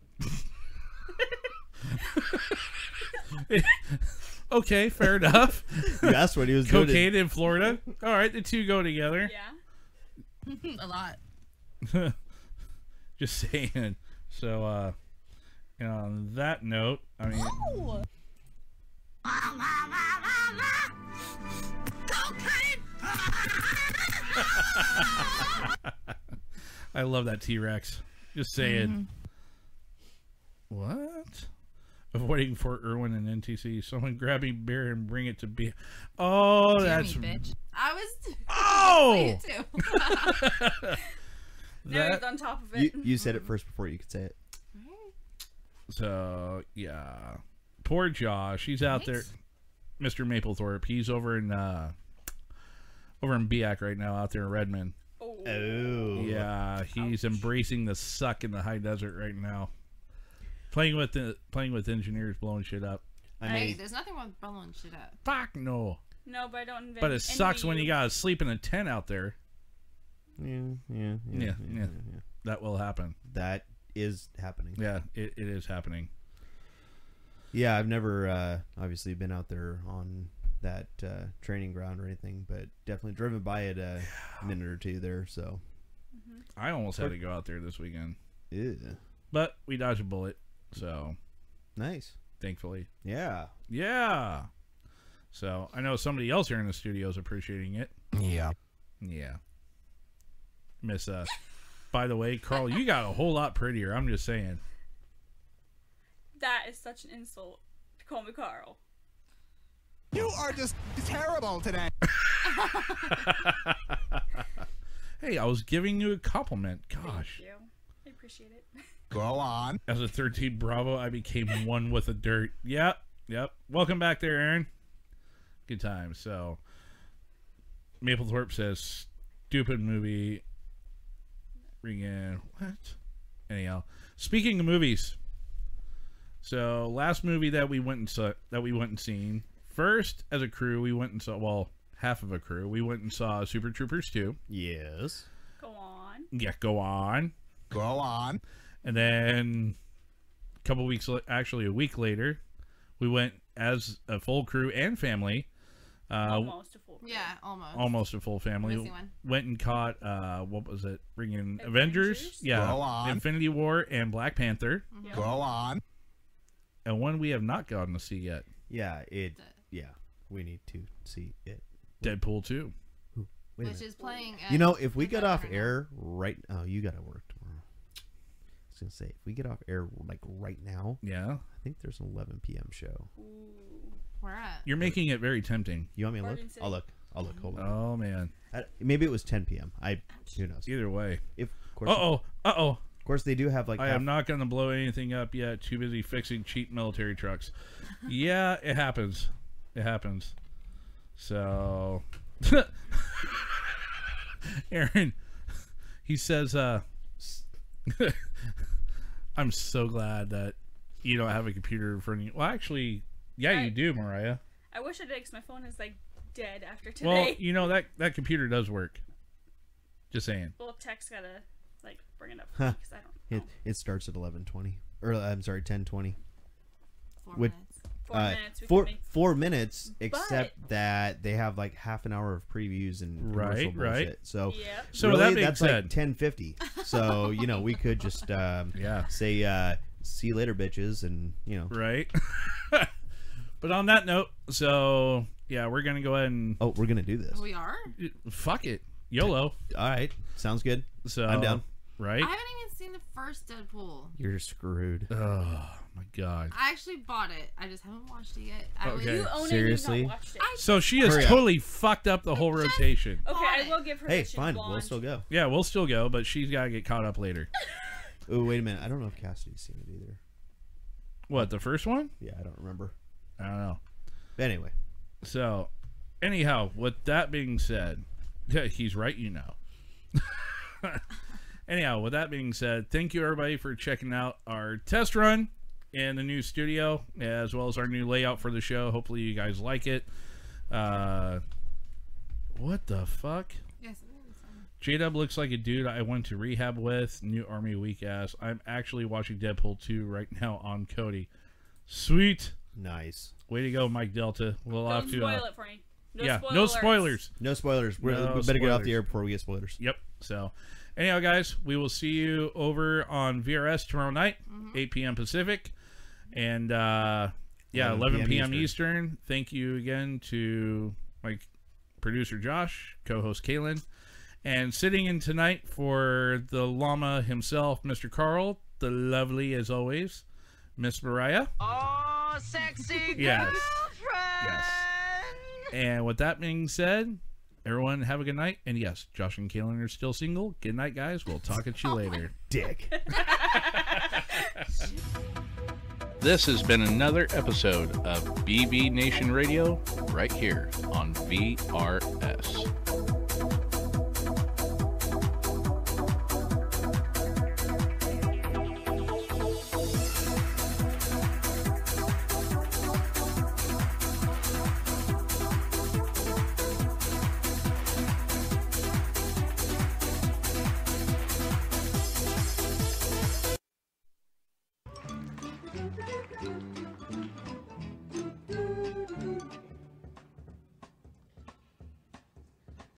Speaker 2: okay, fair enough.
Speaker 4: You asked what he was doing.
Speaker 2: Cocaine in Florida. All right, the two go together.
Speaker 3: a lot.
Speaker 2: Just saying. So, uh, and on that note, I mean,
Speaker 7: Oh.
Speaker 2: I love that T Rex. Just saying. What? Avoiding Fort Irwin and NTC. Someone grab me beer and bring it to be. Oh,
Speaker 3: Damn
Speaker 2: that's
Speaker 3: me, bitch. I was.
Speaker 2: Oh!
Speaker 3: I was saying it too.
Speaker 10: Now he's on top of
Speaker 4: You,
Speaker 10: it.
Speaker 4: you said it first before you could say it.
Speaker 2: So yeah, poor Josh. He's out there, Mister Maplethorpe. He's over in uh, over in Biak right now, out there in Redmond.
Speaker 4: Oh
Speaker 2: Yeah, he's embracing the suck in the high desert right now. Playing with the playing with engineers, blowing shit up.
Speaker 3: hey, there's nothing wrong with blowing shit up.
Speaker 2: fuck no.
Speaker 10: No, but I don't invent
Speaker 2: But it sucks
Speaker 10: envy
Speaker 2: when you gotta sleep in a tent out there.
Speaker 4: Yeah, yeah,
Speaker 2: Yeah, yeah, that will happen.
Speaker 4: That is happening.
Speaker 2: Yeah, it, it is happening.
Speaker 4: Yeah, I've never uh, obviously been out there on that uh, training ground or anything, but definitely driven by it uh, a minute or two there. So,
Speaker 2: I almost had to go out there this weekend,
Speaker 4: yeah,
Speaker 2: but we dodged a bullet. So
Speaker 4: nice.
Speaker 2: thankfully,
Speaker 4: Yeah,
Speaker 2: yeah. So I know somebody else here in the studio is appreciating it.
Speaker 8: Yeah.
Speaker 2: Yeah. Miss uh by the way, Carl, you got a whole lot prettier. I'm just saying.
Speaker 10: That is such an insult to call me Carl.
Speaker 8: You are just terrible today.
Speaker 2: Hey, I was giving you a compliment. Gosh.
Speaker 10: Thank you. I appreciate it.
Speaker 2: Go on. As a 13 Bravo, I became one with the dirt. Yep. Yep. Welcome back there, Aaron. Good time. So, Maplethorpe says, stupid movie. Ring in. What? Anyhow, speaking of movies. So, last movie that we went and saw, that we went and seen. First, as a crew, we went and saw, well, half of a crew, we went and saw Super Troopers 2.
Speaker 4: Yes.
Speaker 10: Go on.
Speaker 2: Yeah, go on. Go on. And then a couple weeks, la- actually a week later, we went as a full crew and family. Uh,
Speaker 10: almost a full. Crew.
Speaker 3: Yeah, almost.
Speaker 2: almost a full family.
Speaker 3: Missing one.
Speaker 2: Went and caught uh, what was it? Bringing Avengers?
Speaker 10: Avengers?
Speaker 2: Yeah,
Speaker 8: Go on.
Speaker 2: Infinity War and Black Panther.
Speaker 10: Mhm.
Speaker 8: Go
Speaker 2: on. And one we have not gotten to see yet.
Speaker 4: yeah, it, yeah. We need to see it.
Speaker 2: Deadpool two.
Speaker 4: Wait a
Speaker 3: Which
Speaker 4: minute.
Speaker 3: is playing.
Speaker 4: you know,
Speaker 3: at-
Speaker 4: if we get off air right, oh, you gotta work tomorrow. I was gonna say if we get off air like right now.
Speaker 2: Yeah.
Speaker 4: I think there's an 11 p.m. show.
Speaker 3: We're at.
Speaker 2: You're making it very tempting.
Speaker 4: You want me to look?
Speaker 3: Oregon City.
Speaker 4: I'll look. I'll look. Hold on.
Speaker 2: Oh man.
Speaker 4: I- maybe it was 10 p.m. I who knows.
Speaker 2: Either way.
Speaker 4: If of course,
Speaker 2: Uh oh. Uh oh.
Speaker 4: of course they do have like
Speaker 2: I
Speaker 4: half-
Speaker 2: am not going to blow anything up yet. Too busy fixing cheap military trucks. yeah, it happens. It happens. So, Aaron, he says, uh, I'm so glad that you don't have a computer in front of you. Well, actually, yeah, you do, Mariah.
Speaker 10: I wish I did because my phone is like dead after
Speaker 2: Well,
Speaker 10: today.
Speaker 2: you know, that, that computer does work. Just saying.
Speaker 10: Well, tech's gotta like bring it up
Speaker 2: Huh.
Speaker 10: because I don't.
Speaker 4: It uh, it starts at eleven twenty, or uh, I'm sorry, ten twenty.
Speaker 3: Four
Speaker 4: minutes.
Speaker 10: Four minutes, we
Speaker 4: Four,
Speaker 10: can make-
Speaker 4: four minutes,
Speaker 10: But-
Speaker 4: except that they have like half an hour of previews and commercial
Speaker 2: Right, right.
Speaker 4: bullshit. So,
Speaker 2: Yep. So with
Speaker 4: really,
Speaker 2: that being
Speaker 4: that's like
Speaker 2: said-
Speaker 4: ten fifty. So you know, we could just um, yeah say uh, see you later, bitches, and you know,
Speaker 2: right. But on that note, so yeah, we're gonna go ahead and
Speaker 4: oh, we're gonna do this.
Speaker 3: We are?
Speaker 2: Fuck it, YOLO.
Speaker 4: All right, sounds good.
Speaker 2: So
Speaker 4: I'm down.
Speaker 2: Right?
Speaker 3: I haven't even seen the first Deadpool.
Speaker 4: You're screwed.
Speaker 2: Oh my god.
Speaker 3: I actually bought it. I just haven't watched it yet. I was-
Speaker 2: Okay. You own it,
Speaker 4: Seriously?
Speaker 3: I
Speaker 2: So she has
Speaker 4: Hurry up.
Speaker 2: totally fucked up the whole rotation.
Speaker 10: Okay, I will give her.
Speaker 4: Hey,
Speaker 10: that she's
Speaker 4: fine,
Speaker 10: blonde.
Speaker 4: we'll still go.
Speaker 2: Yeah, we'll still go, but she's gotta get caught up later.
Speaker 4: Oh, wait a minute. I don't know if Cassidy's seen it either.
Speaker 2: What the first one?
Speaker 4: Yeah, I don't remember.
Speaker 2: I don't know.
Speaker 4: Anyway,
Speaker 2: so anyhow, with that being said, yeah, he's right, you know. anyhow, with that being said, thank you everybody for checking out our test run in the new studio, as well as our new layout for the show. Hopefully, you guys like it. Uh, what the fuck?
Speaker 3: Yes,
Speaker 2: J Dub looks like a dude I went to rehab with. New Army weak ass. I'm actually watching Deadpool 2 right now on Cody. Sweet.
Speaker 4: Nice.
Speaker 2: Way to go, Mike Delta. We'll
Speaker 10: Don't
Speaker 2: have to. uh,
Speaker 10: spoil it for me. No
Speaker 2: yeah,
Speaker 10: spoiler
Speaker 2: no
Speaker 10: alerts.
Speaker 2: spoilers.
Speaker 4: No spoilers. We're,
Speaker 2: No
Speaker 4: we better get off
Speaker 2: spoilers.
Speaker 4: the air before we get spoilers.
Speaker 2: Yep. So, anyhow, guys, we will see you over on VRS tomorrow night, 8 p.m. Pacific, and uh, yeah, 11 p.m. Eastern. Thank you again to my producer Josh, co-host Kalen, and sitting in tonight for the llama himself, Mr. Carl, the lovely as always, Miss Mariah.
Speaker 8: Oh, sexy
Speaker 2: Yes.
Speaker 8: girlfriend.
Speaker 2: And with that being said, everyone have a good night. And yes, Josh and Kalen are still single. Good night, guys. We'll talk at you later.
Speaker 4: Dick.
Speaker 2: This has been another episode of BB Nation Radio right here on VRS.